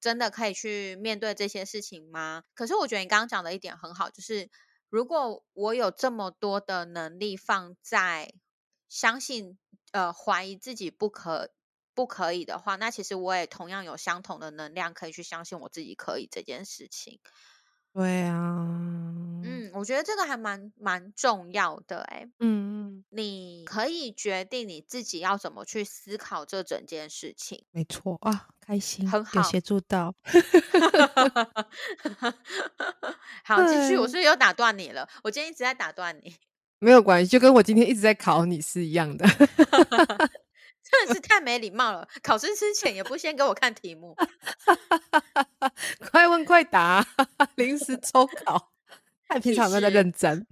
真的可以去面对这些事情吗？可是我觉得你刚刚讲的一点很好，就是如果我有这么多的能力放在相信呃怀疑自己不可不可以的话，那其实我也同样有相同的能量可以去相信我自己可以这件事情。对啊，嗯，我觉得这个还蛮蛮重要的诶、嗯，你可以决定你自己要怎么去思考这整件事情， [laughs] 没错啊，开心很有好。协助到， [laughs] 好，继续，我对，是不是又打断你了？我今天一直在打断你，没有关系，就跟我今天一直在考你是一样的。真的是太没礼貌了。考试之前也不先给我看题目，快问快答，临时抽考。看平常都在是认真。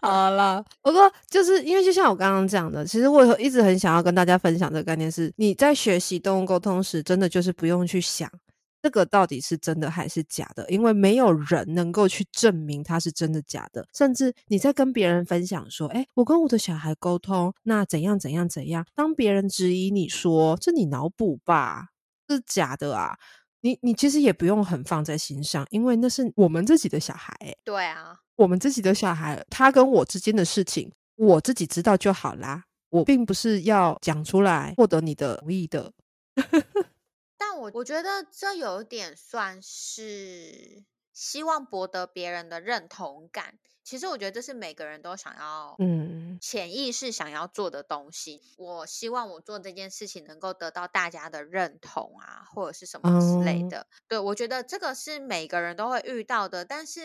好了，不过就是因为就像我刚刚讲的，其实我有一直很想要跟大家分享这个概念是，你在学习动物沟通时，真的就是不用去想这个到底是真的还是假的，因为没有人能够去证明它是真的假的。甚至你在跟别人分享说：“哎，我跟我的小孩沟通，那怎样怎样怎样。”当别人质疑你说：“这你脑补吧，这是假的啊。”你你其实也不用很放在心上，因为那是我们自己的小孩、欸，对啊，我们自己的小孩，他跟我之间的事情，我自己知道就好啦。我并不是要讲出来获得你的同意的。但我我觉得这有点算是希望博得别人的认同感。其实我觉得这是每个人都想要，嗯，潜意识想要做的东西。我希望我做这件事情能够得到大家的认同啊，或者是什么之类嗯的。对我觉得这个是每个人都会遇到的，但是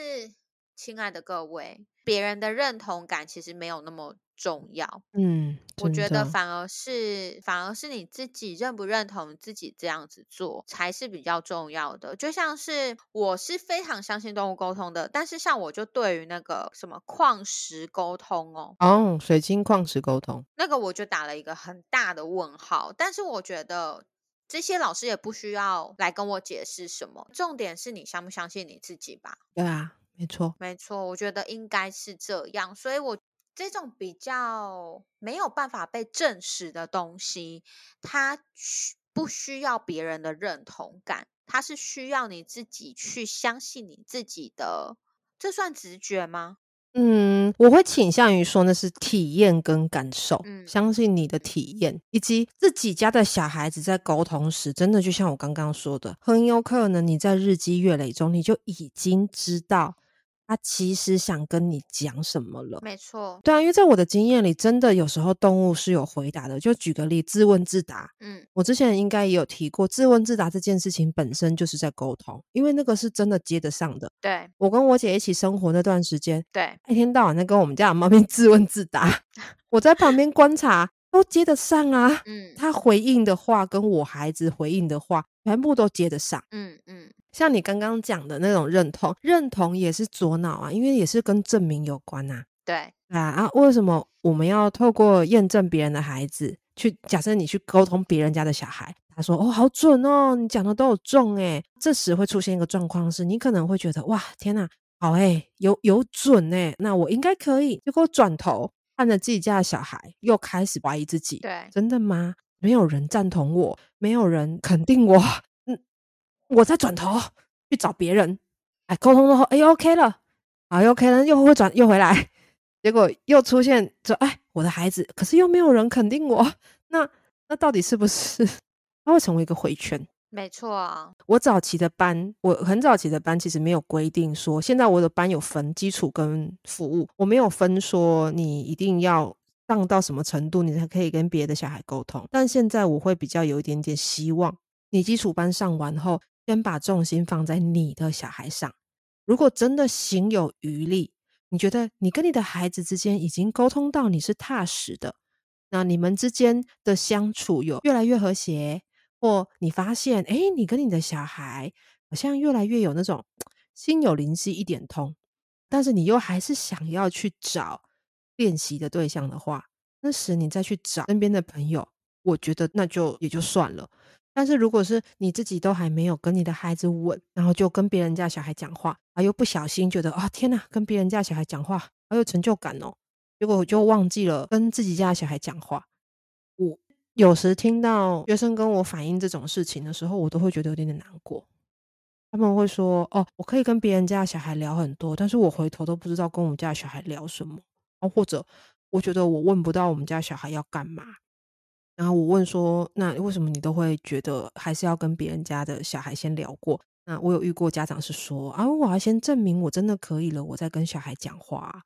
亲爱的各位，别人的认同感其实没有那么重要。嗯，我觉真的得反而是反而是你自己认不认同自己这样子做才是比较重要的。就像是我是非常相信动物沟通的，但是像我就对于那个什么矿石沟通哦，哦，水晶矿石沟通，那个我就打了一个很大的问号。但是我觉得这些老师也不需要来跟我解释什么，重点是你相不相信你自己吧。对啊，没错，没错，我觉得应该是这样，所以我这种比较没有办法被证实的东西，它需不需要别人的认同感，它是需要你自己去相信你自己的，这算直觉吗？嗯，我会倾向于说那是体验跟感受，嗯相信你的体验，以及自己家的小孩子在沟通时，真的就像我刚刚说的，很有可能你在日积月累中，你就已经知道他其实想跟你讲什么了。没错，对啊，因为在我的经验里，真的有时候动物是有回答的。就举个例，自问自答，嗯，我之前应该也有提过，自问自答这件事情本身就是在沟通，因为那个是真的接得上的。对我跟我姐一起生活那段时间，对，一天到晚在跟我们家的猫咪 [laughs] 自问自答，我在旁边观察，都接得上啊。嗯它回应的话跟我孩子回应的话，全部都接得上。嗯嗯，像你刚刚讲的那种认同，认同也是左脑啊，因为也是跟证明有关啊。对，啊啊！为什么我们要透过验证别人的孩子去？假设你去沟通别人家的小孩，他说：“哦，好准哦，你讲的都有中诶。”这时会出现一个状况是，你可能会觉得：“哇，天呐，好诶，有有准诶，那我应该可以。”结果转头看着自己家的小孩，又开始怀疑自己：对，真的吗？没有人赞同我，没有人肯定我，嗯，我再转头去找别人，哎，沟通之后，哎，OK 了，啊，OK 了，又会转又回来，结果又出现说，哎，我的孩子，可是又没有人肯定我，那那到底是不是 [laughs] 它会成为一个回圈？没错啊，我早期的班，我很早期的班其实没有规定说，现在我的班有分基础跟服务，我没有分说你一定要上到什么程度，你才可以跟别的小孩沟通。但现在我会比较有一点点希望，你基础班上完后，先把重心放在你的小孩上。如果真的行有余力，你觉得你跟你的孩子之间已经沟通到你是踏实的，那你们之间的相处有越来越和谐，或你发现，哎，你跟你的小孩好像越来越有那种心有灵犀一点通，但是你又还是想要去找练习的对象的话，那时你再去找身边的朋友，我觉得那就也就算了。但是如果是你自己都还没有跟你的孩子稳，然后就跟别人家小孩讲话，啊，又不小心觉得啊，天哪，跟别人家小孩讲话好有成就感哦，结果我就忘记了跟自己家的小孩讲话。我有时听到学生跟我反映这种事情的时候，我都会觉得有点点难过。他们会说：“哦，我可以跟别人家的小孩聊很多，但是我回头都不知道跟我们家的小孩聊什么。哦，或者我觉得我问不到我们家小孩要干嘛。然后我问说：那为什么你都会觉得还是要跟别人家的小孩先聊过？那我有遇过家长是说：啊，我要先证明我真的可以了，我再跟小孩讲话啊、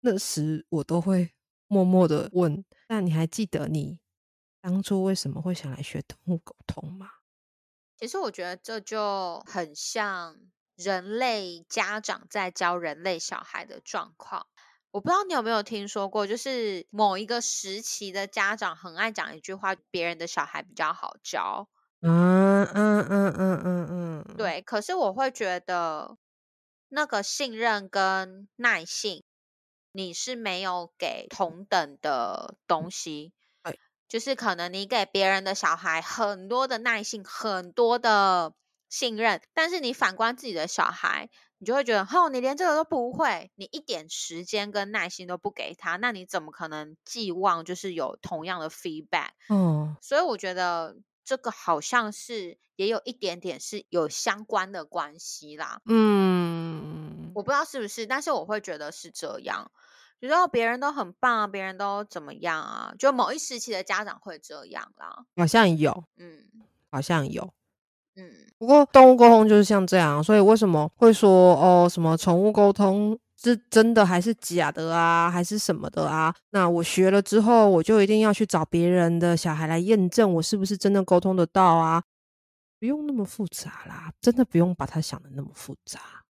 那时我都会默默的问：“那你还记得你当初为什么会想来学动物沟通吗其实我觉得这就很像人类家长在教人类小孩的状况。我不知道你有没有听说过，就是某一个时期的家长很爱讲一句话：别人的小孩比较好教。？”啊，嗯嗯嗯嗯嗯，，对，可是我会觉得那个信任跟耐性，你是没有给同等的东西。对，就是可能你给别人的小孩很多的耐性，很多的信任，但是你反观自己的小孩，你就会觉得，哦，你连这个都不会，你一点时间跟耐心都不给他，那你怎么可能寄望就是有同样的 feedback？哦，所以我觉得这个好像是也有一点点是有相关的关系啦。嗯，我不知道是不是，但是我会觉得是这样。觉得别人都很棒啊，别人都怎么样啊？就某一时期的家长会这样啦。好像有，嗯好像有。嗯不过动物沟通就是像这样，所以为什么会说哦什么宠物沟通是真的还是假的啊，还是什么的啊？那我学了之后，我就一定要去找别人的小孩来验证我是不是真的沟通得到啊？不用那么复杂啦，真的不用把它想的那么复杂。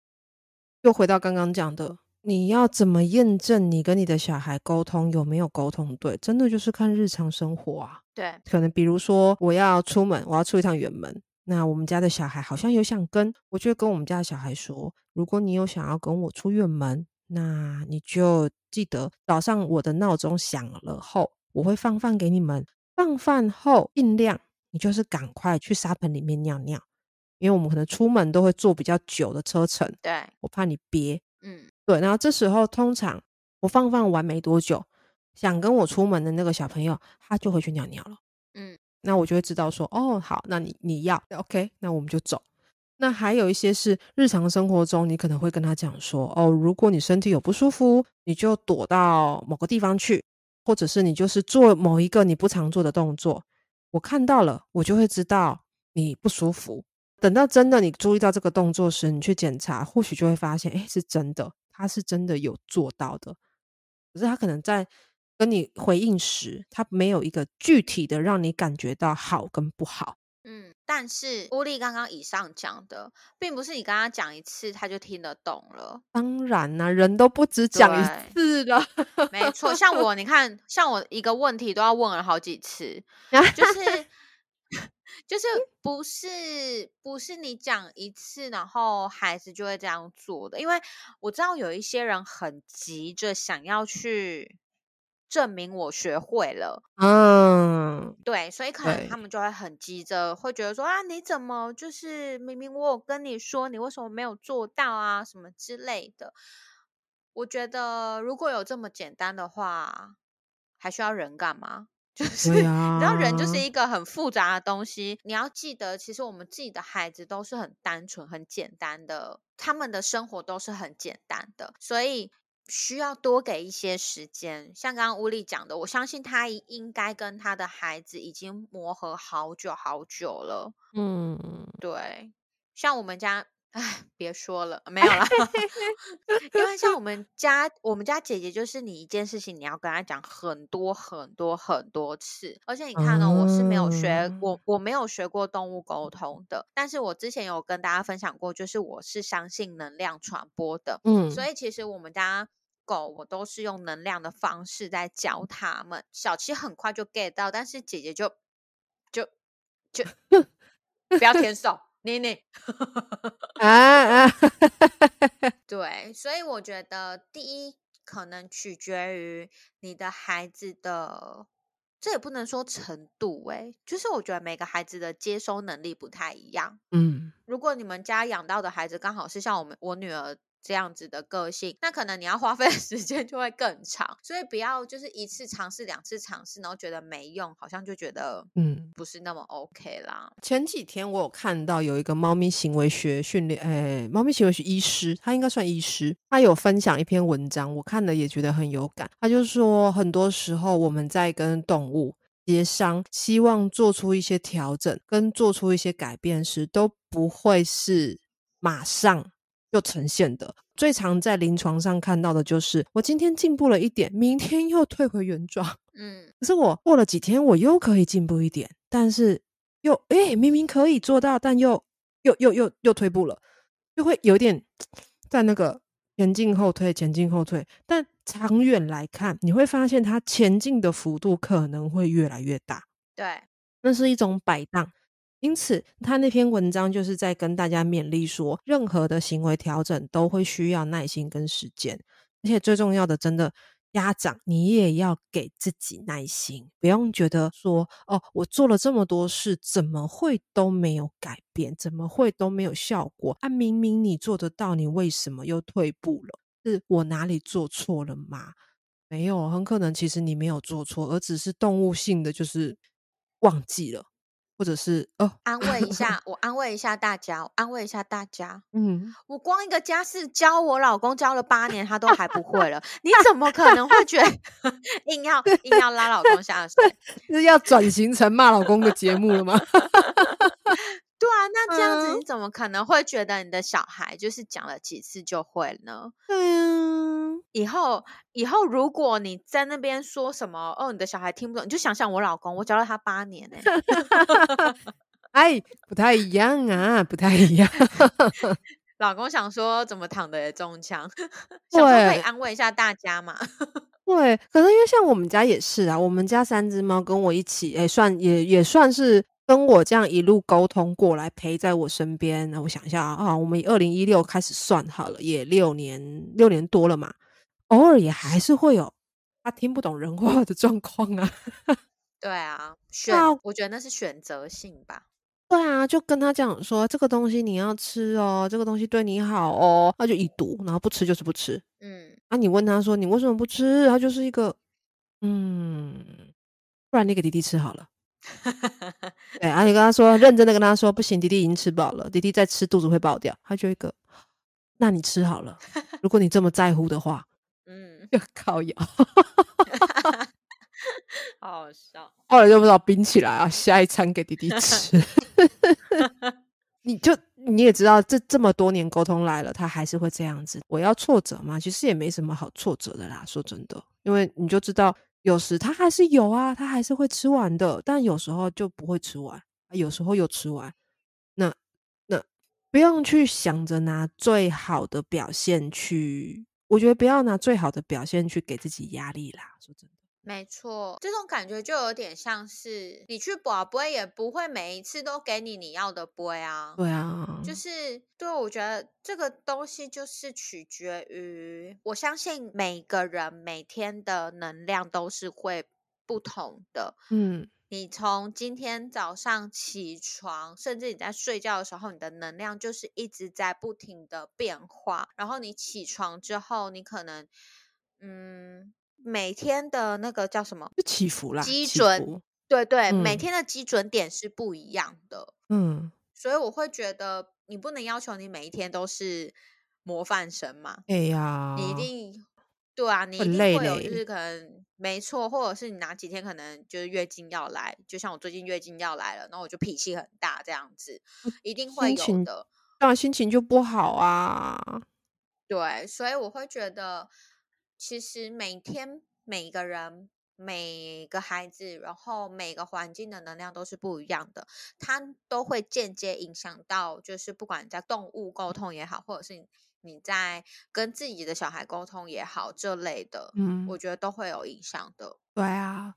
又回到刚刚讲的，你要怎么验证你跟你的小孩沟通有没有沟通对？真的就是看日常生活啊。对，可能比如说我要出门，我要出一趟远门，那我们家的小孩好像有想跟，我就会跟我们家的小孩说，如果你有想要跟我出远门，那你就记得早上我的闹钟响了后，我会放饭给你们，放饭后尽量你就是赶快去沙盆里面尿尿，因为我们可能出门都会坐比较久的车程，对，我怕你憋，嗯对，然后这时候通常我放放完没多久，想跟我出门的那个小朋友，他就回去尿尿了。嗯，那我就会知道说，哦，好，那你你要 OK，那我们就走。那还有一些是日常生活中，你可能会跟他讲说，哦，如果你身体有不舒服，你就躲到某个地方去，或者是你就是做某一个你不常做的动作。我看到了，我就会知道你不舒服。等到真的你注意到这个动作时，你去检查，或许就会发现，哎，是真的，他是真的有做到的。可是他可能在跟你回应时，他没有一个具体的让你感觉到好跟不好。嗯，但是乌力刚刚以上讲的，并不是你跟他讲一次他就听得懂了。当然啦、人都不止讲一次了，没错，像我，你看，像我一个问题都要问了好几次，就是就是不是不是你讲一次，然后孩子就会这样做的，因为我知道有一些人很急着想要去证明我学会了，嗯，对，所以可能他对们就会很急着，会觉得说啊，你怎么就是明明我有跟你说，你为什么没有做到啊，什么之类的。我觉得如果有这么简单的话，还需要人干嘛？ [laughs] 就是对你知道，人就是啊一个很复杂的东西。你要记得，其实我们自己的孩子都是很单纯、很简单的，他们的生活都是很简单的，所以需要多给一些时间。像刚刚乌力讲的，我相信他一应该跟他的孩子已经磨合好久好久了。 [laughs] 嗯，对，像我们家，哎，别说了，没有啦，因为像我们家，我们家姐姐就是你一件事情，你要跟她讲很多很多很多次。而且你看呢、我是没有学，我我没有学过动物沟通的，但是我之前有跟大家分享过，就是我是相信能量传播的，嗯，所以其实我们家狗，我都是用能量的方式在教它们。小七很快就 get 到，但是姐姐就就就不要舔手，妮妮。啊啊， [laughs] 对，所以我觉得第一可能取决于你的孩子的，这也不能说程度诶、就是我觉得每个孩子的接收能力不太一样。嗯，如果你们家养到的孩子刚好是像我们我女儿这样子的个性，那可能你要花费的 [laughs] 时间就会更长，所以不要就是一次尝试、两次尝试，然后觉得没用，好像就觉得嗯，不是那么 OK 啦。前几天我有看到有一个猫咪行为学训练，诶，猫咪行为学医师，他应该算医师，他有分享一篇文章，我看了也觉得很有感。他就说，很多时候我们在跟动物协商，希望做出一些调整跟做出一些改变时，都不会是马上就呈现的。最常在临床上看到的就是，我今天进步了一点，明天又退回原状。嗯可是我过了几天，我又可以进步一点，但是又诶，明明可以做到，但又又又又又退步了，就会有点在那个前进后退、前进后退。但长远来看，你会发现它前进的幅度可能会越来越大，对，那是一种摆荡，因此，他那篇文章就是在跟大家勉励说，任何的行为调整都会需要耐心跟时间，而且最重要的，真的。家长，你也要给自己耐心，不用觉得说哦，我做了这么多事，怎么会都没有改变，怎么会都没有效果？啊，明明你做得到，你为什么又退步了？是我哪里做错了吗？没有，很可能其实你没有做错，而只是动物性的就是忘记了，或者是哦，安慰一下，我安慰一下大家，我安慰一下大家。嗯，我光一个家事教我老公教了八年，他都还不会了，你怎么可能会觉得硬要硬要拉老公下水？是要转型成骂老公的节目了吗？对啊，那这样子嗯你怎么可能会觉得你的小孩就是讲了几次就会呢？对啊，以后以后如果你在那边说什么哦，你的小孩听不懂，你就想想我老公，我教了他八年呢、 [laughs] 哎，不太一样啊，不太一样。老公想说怎么躺的也中枪， [laughs] 想说可以对安慰一下大家嘛。 [laughs] 对，可是因为像我们家也是啊，我们家三只猫跟我一起，哎、算也也算是跟我这样一路沟通过来，陪在我身边。那我想一下啊，啊我们二零一六开始算好了，也六年六年多了嘛，偶尔也还是会有它听不懂人话的状况啊。 [laughs] 对啊，选啊我觉得那是选择性吧。对啊，就跟他讲说这个东西你要吃哦，这个东西对你好哦，他就已读，然后不吃就是不吃。嗯， [laughs] 啊，你问他说你为什么不吃，他就是一个嗯，不然你给弟弟吃好了。对，啊，你跟他说，认真的跟他说，不行，弟弟已经吃饱了，弟弟再吃肚子会爆掉。他就一个，那你吃好了，如果你这么在乎的话，嗯， [laughs] 就靠咬，好好笑。后来就不知道冰起来啊，下一餐给弟弟吃。 [laughs] 你就你也知道，这这么多年沟通来了，他还是会这样子。我要挫折吗？其实也没什么好挫折的啦，说真的，因为你就知道，有时他还是有啊，他还是会吃完的，但有时候就不会吃完，啊有时候又吃完。那那不用去想着拿最好的表现去，我觉得不要拿最好的表现去给自己压力啦。说真的，没错，这种感觉就有点像是你去宝杯也不会每一次都给你你要的杯啊。对啊，就是对，我觉得这个东西就是取决于，我相信每个人每天的能量都是会不同的。嗯，你从今天早上起床，甚至你在睡觉的时候，你的能量就是一直在不停的变化。然后你起床之后，你可能，嗯，每天的那个叫什么就起伏啦，基起准伏，对对，每嗯天的基准点是不一样的，嗯，所以我会觉得你不能要求你每一天都是模范生嘛，哎你一呀，定对啊，你会一定累会有，就嘞，是可能没错，或者是你哪几天可能就是月经要来，就像我最近月经要来了，然后我就脾气很大这样子，一定嗯会心有情的。当然心情就不好啊。对，所以我会觉得，其实每天每个人、每个孩子，然后每个环境的能量都是不一样的，它都会间接影响到，就是不管你在动物沟通也好，或者是你你在跟自己的小孩沟通也好，这类的，嗯，我觉得都会有影响的。对啊，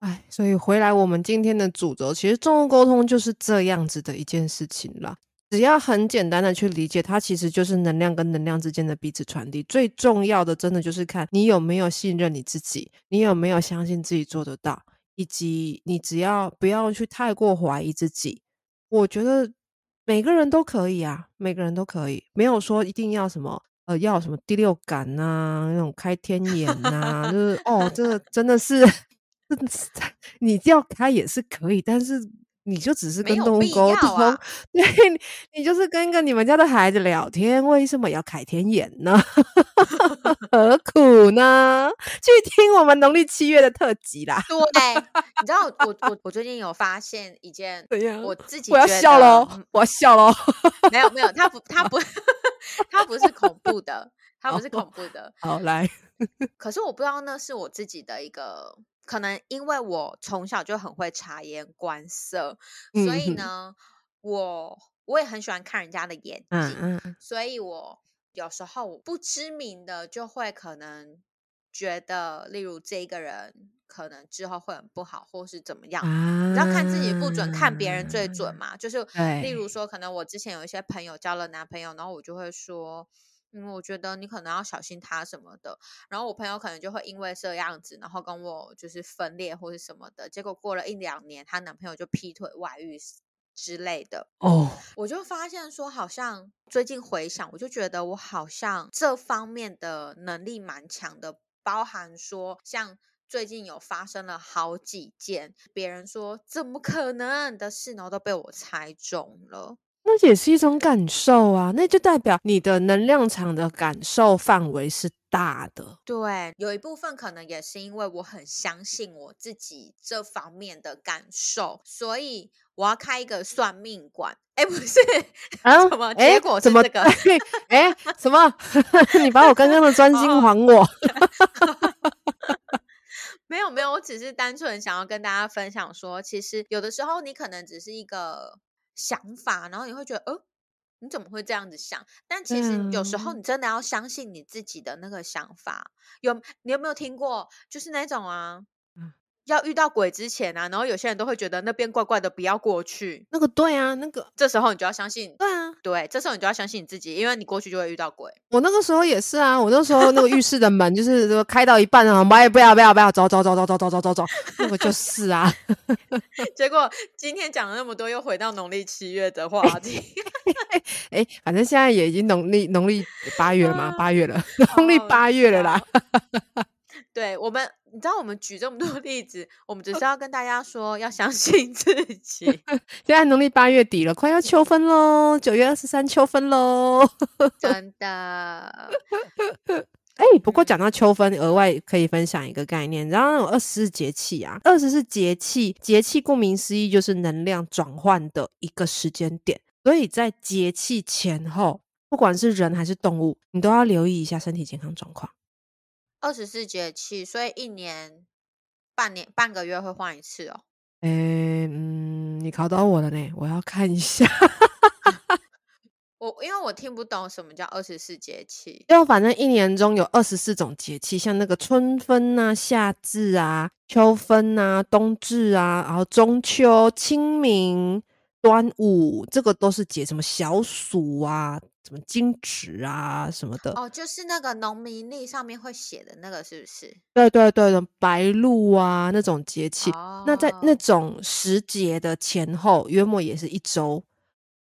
哎，所以回来我们今天的主轴，其实重物沟通就是这样子的一件事情啦。只要很简单的去理解，它其实就是能量跟能量之间的彼此传递。最重要的，真的就是看你有没有信任你自己，你有没有相信自己做得到，以及你只要不要去太过怀疑自己。我觉得每个人都可以啊，每个人都可以，没有说一定要什么呃，要有什么第六感呐、那种开天眼呐、就是哦，这个真的是，真的是 [laughs] 你要开也是可以，但是你就只是没跟有动物必沟要通啊，， [laughs] 对你，你就是跟跟你们家的孩子聊天，为什么要开天眼呢？ [laughs] 何苦呢？ [laughs] 去听我们农历七月的特辑啦。对， [laughs] 你知道我我我最近有发现一件怎样 [laughs] 我自己我要觉笑哦喽得，我要笑喽。没有没有，它不它 [laughs] 不它不是恐怖的，它不是恐怖 [laughs] 的。好，来，可是我不知道那是我自己的一个，可能因为我从小就很会察言观色，所嗯以哼呢，我我也很喜欢看人家的眼嗯睛，嗯，所以我有时候我不知名的就会可能。觉得，例如这一个人可能之后会很不好，或是怎么样。啊，你知道看自己不准，看别人最准。嘛。就是例如对说，可能我之前有一些朋友交了男朋友，然后我就会说，嗯，我觉得你可能要小心他什么的。然后我朋友可能就会因为这样子，然后跟我就是分裂或是什么的。结果过了一两年，她男朋友就劈腿、外遇之类的。哦，我就发现说，好像最近回想，我就觉得我好像这方面的能力蛮强的，包含说像。最近有发生了好几件别人说怎么可能的事，然后都被我猜中了。那也是一种感受啊，那就代表你的能量场的感受范围是大的。对，有一部分可能也是因为我很相信我自己这方面的感受，所以我要开一个算命馆。哎，不是，啊怎么哎结果是怎么这个？对？哎、什么？你把我刚刚的专心哦还我？没有没有，我只是单纯想要跟大家分享说，其实有的时候你可能只是一个想法，然后你会觉得，呃，你怎么会这样子想？但其对实啊，有时候你真的要相信你自己的那个想法。有你有没有听过，就是那种啊嗯，要遇到鬼之前啊，然后有些人都会觉得那边怪怪的，不要过去。那个对啊，那个这时候你就要相信，对啊，对，这时候你就要相信你自己，因为你过去就会遇到鬼。 [laughs] 我那个时候也是啊，我那时候那个浴室的门就是说开到一半啊，哎不要不要不要，走走走走走走走走走，那个就是啊，结果今天讲了那么多，又回到农历七月的话题。哎、反正现在也已经农历农历八月了嘛，啊八月了，好农历好八月了啦笑。对我们，你知道我们举这么多 [laughs] 例子，我们只是要跟大家说要相信自己。现在农历八月底了，快要秋分喽，九月二十三秋分喽。 [laughs] [laughs] 真的，哎、不过嗯，讲到秋分，额外可以分享一个概念，你知道那种二十四节气啊，二十四节气，节气顾名思义就是能量转换的一个时间点，所以在节气前后，不管是人还是动物，你都要留意一下身体健康状况。二十四节气，所以一年半年半个月会换一次哦。哎、嗯，你考到我了呢，我要看一下。我因为我听不懂什么叫二十四节气，就反正一年中有二十四种节气，像那个春分啊、夏至啊、秋分啊、冬至啊，然后中秋、清明、端午，这个都是节，什么小暑啊、什么惊蛰啊什么的。哦，就是那个农民历上面会写的那个，是不是？对对对的，白露啊那种节气，那在那哦，种时节的前后，约莫也是一周，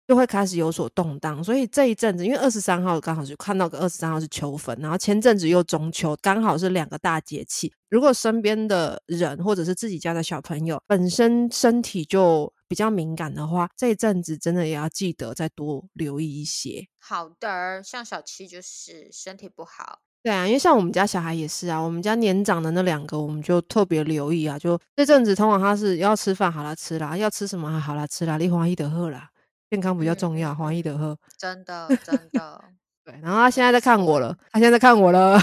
就会开始有所动荡。所以这一阵子，因为二十三号刚好就看到个二十三号是秋分，然后前阵子又中秋，刚好是两个大节气。如果身边的人或者是自己家的小朋友本身身体就比较敏感的话，这一阵子真的也要记得再多留意一些。好的儿，像小七就是身体不好，对啊，因为像我们家小孩也是啊，我们家年长的那两个，我们就特别留意啊。就这阵子，通常他是要吃饭好啦吃啦，要吃什么啊好啦吃啦，你欢喜的喝啦，健康比较嗯重要，嗯欢喜嗯，的喝。真 [laughs] 的真的对，然后他现在没在看我错。了，他现在在看我了，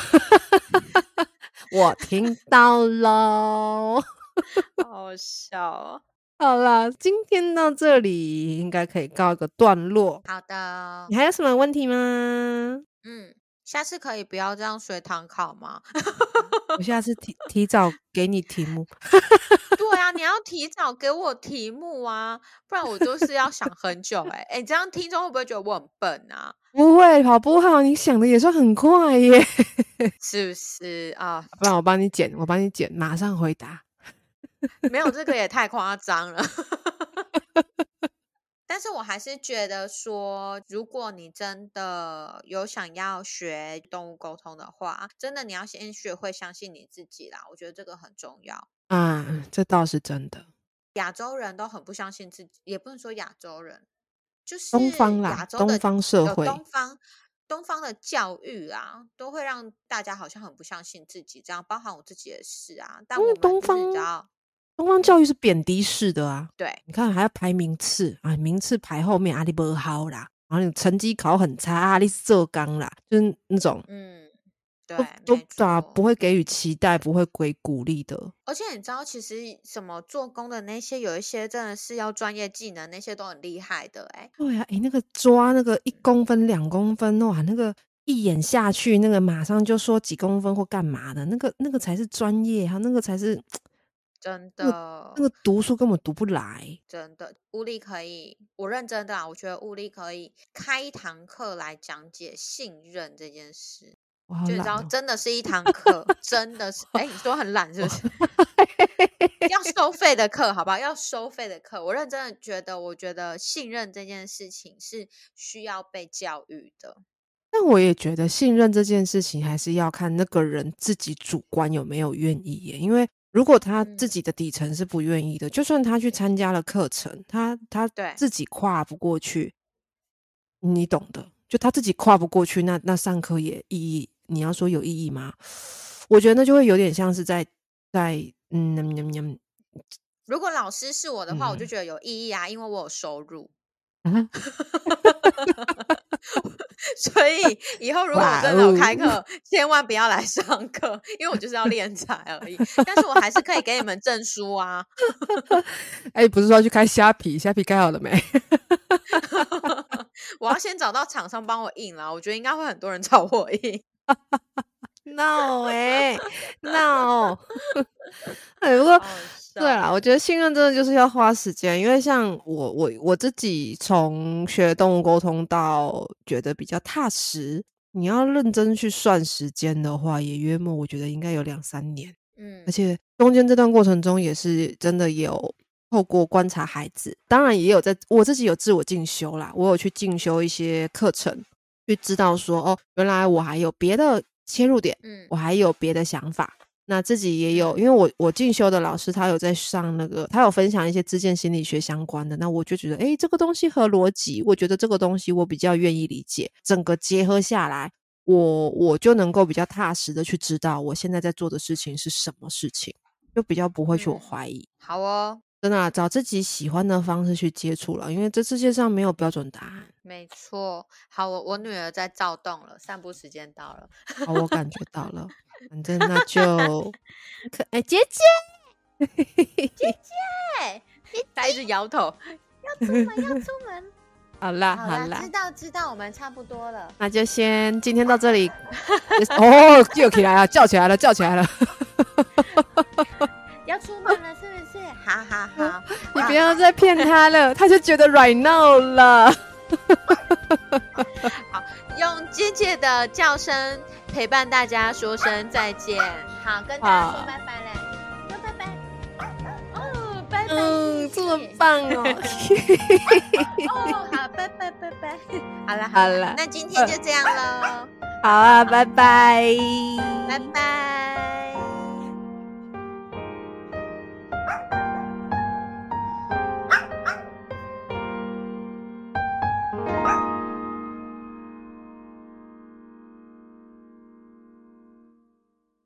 我听到喽。好好笑哦。好啦，今天到这里应该可以告一个段落。好的，你还有什么问题吗？嗯，下次可以不要这样随堂考吗？我下次提提早给你题目。对啊，你要提早给我题目啊，不然我就是要想很久、欸。哎，你这样听众会不会觉得我很笨啊？不会，好不好？你想的也算很快耶。是不是啊？不然我帮你剪，我帮你剪，马上回答。没有这个也太夸张了。 [laughs] 但是我还是觉得说，如果你真的有想要学动物沟通的话，真的你要先学会相信你自己啦。我觉得这个很重要。啊，这倒是真的。亚洲人都很不相信自己，也不能说亚洲人，就东是方亚啦，洲东的方社有会，东方东方的教育啊，都会让大家好像很不相信自己，这样包含我自己也是啊。但因为我们东就是方你知道，东方教嗯，育是贬低式的啊。对，你看还要排名次啊，名次排后面，阿里不好啦，然后你成绩考很差，阿里是浙江啦，就是那种嗯，都对，都没咋不错。会给予期待，不会给鼓励的。而且你知道，其实什么做工的那些，有一些真的是要专业技能，那些都很厉害的、欸。哎，对呀、啊，诶，那个抓那个一公分、两公分，哇，那个一眼下去，那个马上就说几公分或干嘛的，那个那个才是专业啊，那个才是真那个的，那个读书根本读不来。真的，物理可以，我认真的啊，我觉得物理可以开一堂课来讲解信任这件事。我好就你知懒道，哦、真的是一 [laughs] 堂课，真的是，哎、你说很懒是不是？要收费的课，好不好？要收费的课，我认真的觉得，我觉得信任这件事情是需要被教育的。但我也觉得信任这件事情还是要看那个人自己主观有没有愿意耶，因为如果他自嗯己的底层是不愿意的，就算他去参加了课程，他他对自己跨不过去，你懂的，就他自己跨不过去，那那上课也意义，你要说有意义吗？我觉得那就会有点像是在在嗯嗯嗯嗯如果老师是我的话，我就嗯觉得有意义啊，因为我有收入。啊， [laughs] 所以以后如果我哇真的有开哦课，千万不要来上课，因为我就是要练 [laughs] 才而已。但是我还是可以给你们证书啊。哎、不是说要去开虾皮，虾皮开好了没？我要先找到厂商帮我印啦，我觉得应该会很多人 [laughs] 找我印。 no 哎、no，哎，不过好对笑啦，我觉得信任真的就是要花时间，因为像我我我自己从学动物沟通到觉得比较踏实，你要认真去算时间的话，也约莫我觉得应该有两三年，嗯 [laughs] 而，且中间这段过程中也是真的有。透过观察孩子，当然也有在我自己有自我进修啦，我有去进修一些课程，去知道说哦，原来我还有别的切入点，嗯我还有别的想法。那自己也有，嗯因为我我进修的老师他有在上那个，他有分享一些自建心理学相关的，那我就觉得，诶，这个东西和逻辑，我觉得这个东西我比较愿意理解，整个结合下来，我我就能够比较踏实的去知道我现在在做的事情是什么事情，就比较不会去我嗯怀疑。好哦，真的啊、找自己喜欢的方式去接触了，因为这世界上没有标准答案。没错。好，我我女儿在躁动了，散步时间到了。好，我感觉到了，反正那 [laughs] 就可哎爱姐姐。对，她一直摇头。要出门，好啦 [laughs] 好好啦，啦知，道知道，我们差不多了。那就先今天到这里。 [laughs] 哦，叫起来了，叫起来了，叫起来了！要出门了是不是？好好 [laughs] 好， [laughs] 你好不要再骗他了，他就觉得 right now 了。用尖切的叫声陪伴大家说声再见。好，嗯跟大家说好拜拜嘞，说拜拜。哦，拜拜，嗯，谢这么谢棒哦！哦，好，拜拜拜拜。好 [laughs] 了好了了，那今天就这样喽，好啊，拜拜。拜拜。